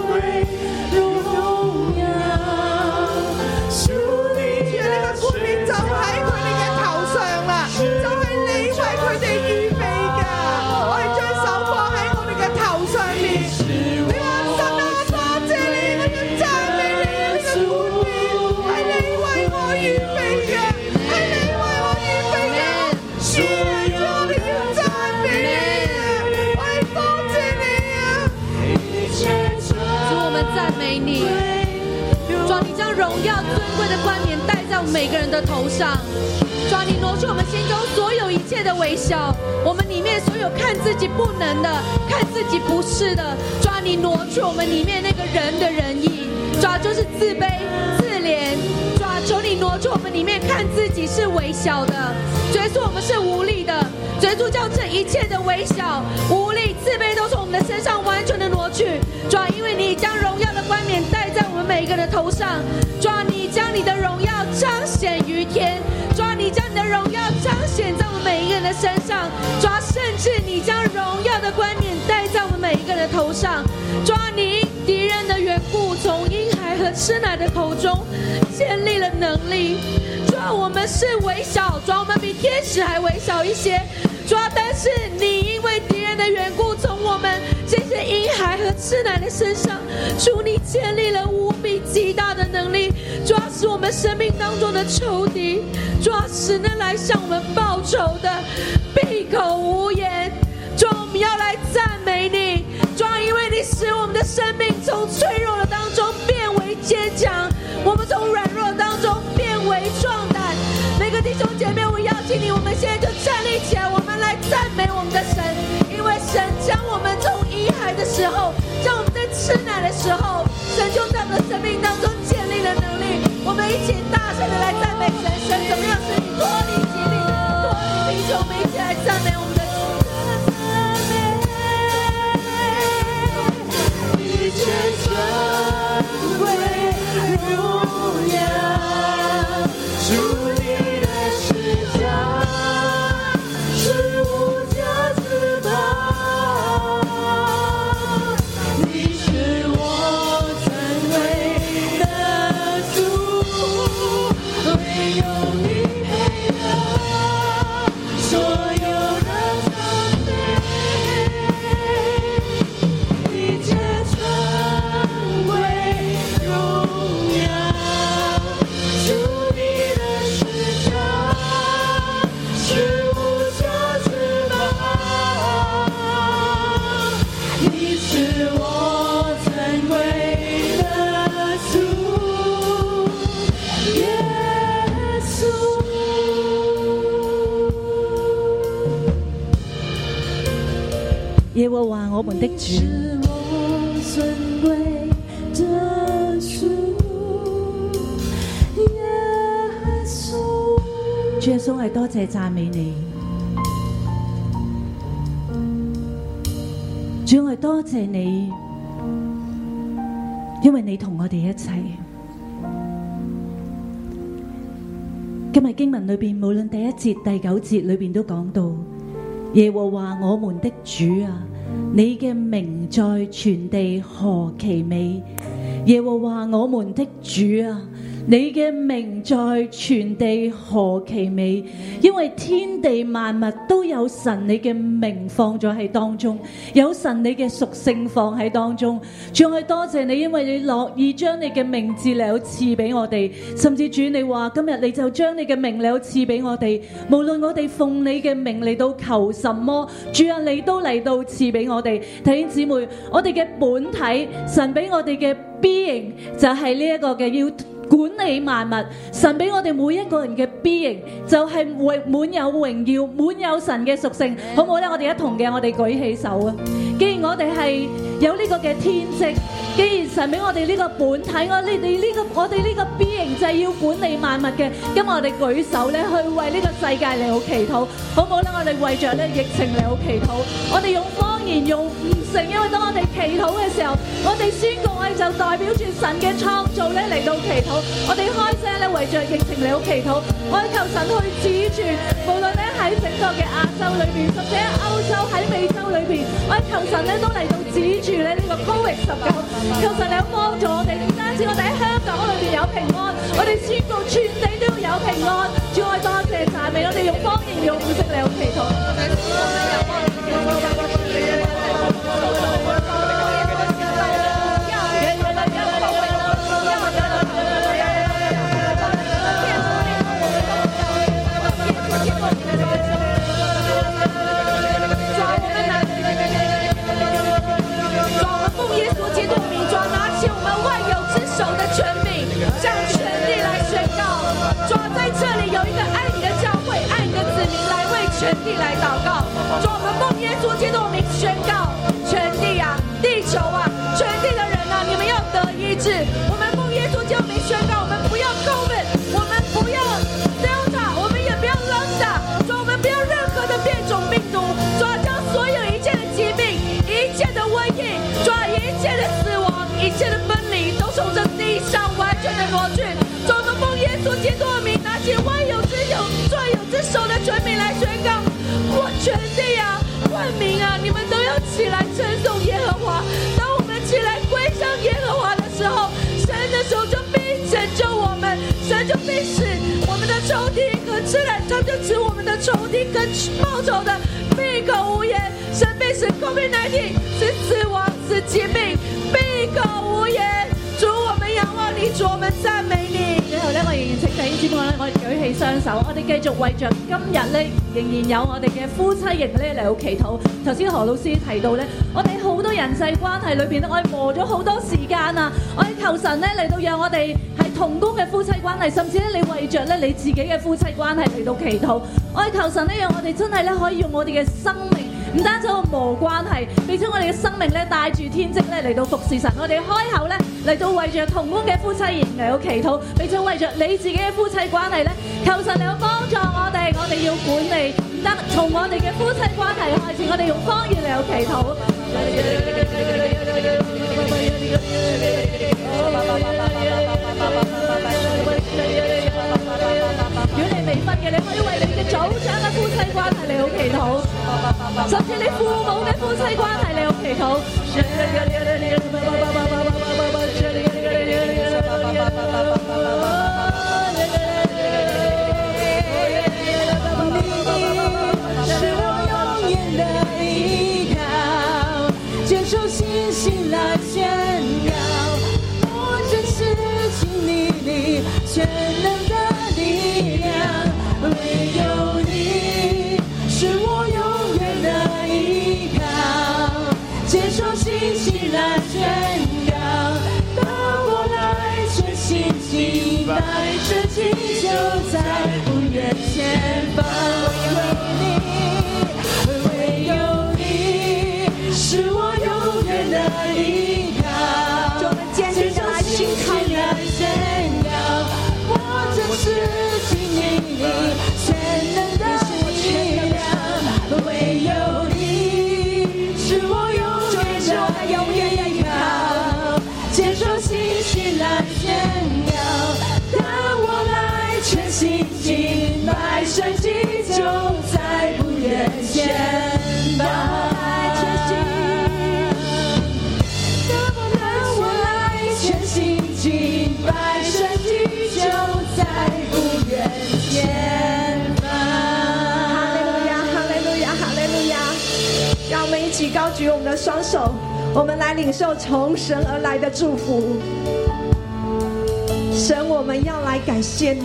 贵荣耀属你
主啊，呢个冠冕就喺佢哋嘅头上啦，就系你为佢哋预备噶。我哋将手放喺我哋嘅头上面，你话神啊，我多谢你，我要赞美你啊！呢个冠冕系你为我预备嘅，系你为我预备嘅。主啊，我哋要赞美你啊！我哋多谢你啊！
主，我们赞美你，主啊，你将荣耀尊贵的冠冕戴在我们每个人的头上，主啊，你挪去我们心中所有一切的微笑，我们里面所有看自己不能的、看自己不是的，主啊，你挪去我们里面那个人的仁义，主啊，就是自卑、自怜，主啊，求你挪去我们里面看自己是微小的，主耶稣，我们是无力的，主耶稣叫这一切的微小、无力、自卑都从我们的身上完全的挪去。主啊，因为你将荣耀的冠冕戴在我们每一个人的头上，主啊，你将你的荣耀彰显于天，主啊，你将你的荣耀彰显在我们每一个人的身上，主啊，甚至你将荣耀的冠冕戴在我们每一个人的头上，主啊，你因敌人的缘故，从婴孩和吃奶的口中建立了能力。主啊，我们是微小，主啊，我们比天使还微小一些。主啊，但是你因为敌人的缘故，从我们这些婴孩和吃奶的身上，主你建立了无比极大的能力。主啊，使我们生命当中的仇敌，主啊，使那来向我们报仇的闭口无言。主啊，我们要来赞美你，主啊，因为你使我们的生命从脆弱的当中变为坚强，我们从软弱当中变为壮胆。每个弟兄姐妹，我邀请你，我们现在就站立起来，我们来赞美我们的神，因为神将我们从婴孩的时候，将我们在吃奶的时候，神就在我们的生命当中建立了能力。我们一起大声的来赞美神，神怎么样使你脱离疾病，脱离贫穷？我们一起来赞美我们的主。
一切尊贵荣耀，主你的施教是无价之宝，你是我尊贵的主，唯有你配得所有的赞美。一切尊贵荣耀，主你的施教是无价之宝。你是我尊贵的主，耶稣。
耶和华我们的主，
是我尊贵的主，耶稣。
主耶稣我哋多谢赞美你。主我哋多谢你，因为你同我哋一齐。今日经文里边，无论第一节、第九节里边都讲到，耶和华我们的主啊，
你嘅名在全地何其美！耶和华我们的主啊，你嘅名在全地何其美！因为天地万物都有神你嘅名放咗喺当中，有神你嘅属性放喺当中。主我哋多谢你，因为你乐意将你嘅名字嚟有赐俾我哋，甚至主你话今日你就将你嘅名嚟有赐俾我哋，无论我哋奉你嘅名嚟到求什么，主啊你都嚟到赐俾我哋。弟兄姊妹，我哋嘅本体，神俾我哋嘅 being 就系呢一个嘅要。管理萬物，神俾我哋每一個人嘅 B 型就係滿滿有榮耀、滿有神嘅屬性，好唔好咧？我哋一同嘅，我哋舉起手啊！既然我哋係有呢個嘅天職，既然神俾我哋呢個本體，我你哋呢個我哋呢個 B 型就係要管理萬物嘅，咁我哋舉手咧去為呢個世界嚟好祈禱，好唔好咧？我哋為着咧疫情嚟好祈禱，我哋用方言用悟性，因為當我哋祈禱嘅時候，我哋宣告我哋就代表住神嘅創造咧嚟到祈禱，我哋開聲咧為着疫情嚟好祈禱，我哋求神去指住，無論咧喺整個嘅亞洲裏邊，甚至喺歐洲喺美洲裏邊，我哋求神咧都嚟到指住咧呢個 Covid 十九，求神你幫助我哋，唔單止我哋喺香港裏邊有平安，我哋宣告全地都要有平安，主我哋多謝讚美，我哋用方言用悟性嚟好祈禱。
奉耶稣基督名，抓拿起我们万有之手的权柄，将权力来宣告。抓在这里有一个爱你的教会，爱你的子民来为全地来祷告。抓我们奉耶稣基督名宣告，全地啊，地球啊，全地的人啊，你们要得医治。我们奉耶稣基督名宣告，我们不要 COVID，我们不要 Delta，我们也不要 Lambda，抓我们不要任何的变种病毒，抓将所有一切的疾病。一切的瘟疫，抓一切的死亡，一切的分离，都从这地上完全的挪去。主我们奉耶稣基督的名，拿起万有之有万有之手的权柄来宣告：我全地啊，万民啊，你们都要起来称颂耶和华。当我们起来归向耶和华的时候，神的手就必拯救我们，神就必使我们的仇敌可吃了，他就使我们的仇敌可报仇的闭口无言。神必使 COVID-19 使死亡使疾病闭口无言。主，我们仰望你，主，我们赞美你。
最後咧，我仍然請弟兄姊妹咧，我哋舉起雙手，我哋繼續為着今日咧，仍然有我哋嘅夫妻型咧嚟到祈禱。頭先何老師提到咧，我哋好多人際關係裏邊咧，我哋磨咗好多時間啊，我哋求神咧嚟到讓我哋係同工嘅夫妻關係，甚至咧你為着咧你自己嘅夫妻關係嚟到祈禱，我哋求神咧讓我哋真係咧可以用我哋嘅生命。唔單止我無關係，並且我哋嘅生命咧帶住天職咧嚟到服侍神。我哋開口咧嚟到為着同工嘅夫妻而嚟到祈禱，並且為着你自己嘅夫妻關係咧，求神嚟到幫助我哋。我哋要管理，唔得從我哋嘅夫妻關係開始，我哋用方言嚟到祈禱。如果你未婚嘅，你可以為你嘅組長嘅夫妻關係嚟到祈禱。甚至你父母嘅夫妻關係，你有祈禱。
是我永远的依靠，接受信心来宣告，我真是经历你全能的力量，唯有你是我永远的依靠，接受信心来宣告，当我来全心敬拜，这地就在不远前方，唯有你，唯有你是我永远的依靠。
我们坚定的来信靠你。
我真是敬你全能的力量，唯有你是我永远的依靠，接受信息来炫耀，当我来全心敬拜，神迹就在不远前方。
起高举我们的双手，我们来领受从神而来的祝福。神，我们要来感谢你，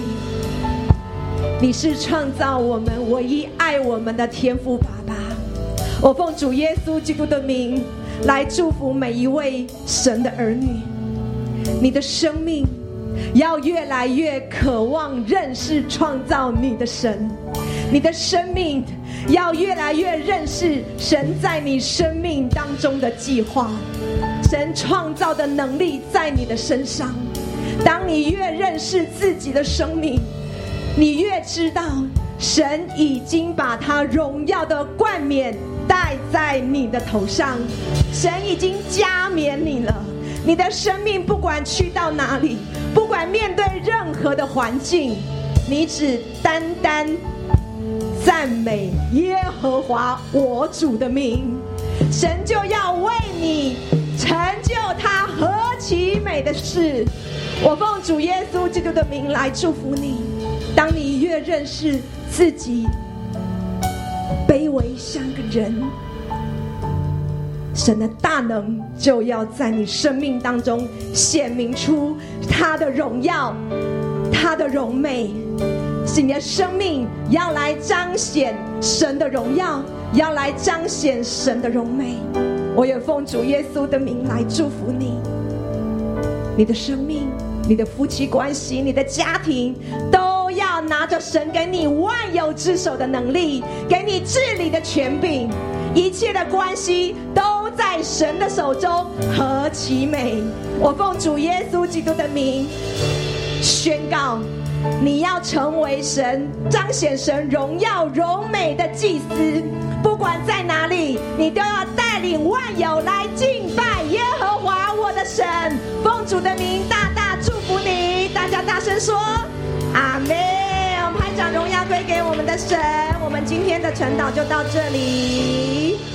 你是创造我们唯一爱我们的天父爸爸。我奉主耶稣基督的名来祝福每一位神的儿女，你的生命要越来越渴望认识创造你的神，你的生命要越来越认识神在你生命当中的计划，神创造的能力在你的身上。当你越认识自己的生命，你越知道神已经把他荣耀的冠冕戴在你的头上，神已经加冕你了。你的生命不管去到哪里，不管面对任何的环境，你只单单赞美耶和华我主的名，神就要为你成就他何其美的事。我奉主耶稣基督的名来祝福你。当你越认识自己，卑微像个人，神的大能就要在你生命当中显明出他的荣耀，他的荣美。使你的生命要来彰显神的荣耀，要来彰显神的荣美。我也奉主耶稣的名来祝福你，你的生命、你的夫妻关系、你的家庭，都要拿着神给你万有之手的能力，给你治理的权柄，一切的关系都在神的手中，何其美！我奉主耶稣基督的名宣告。你要成为神，彰显神荣耀柔美的祭司。不管在哪里，你都要带领万有来敬拜耶和华我的神。奉主的名大大祝福你，大家大声说阿门。我们拍掌荣耀归给我们的神。我们今天的晨祷就到这里。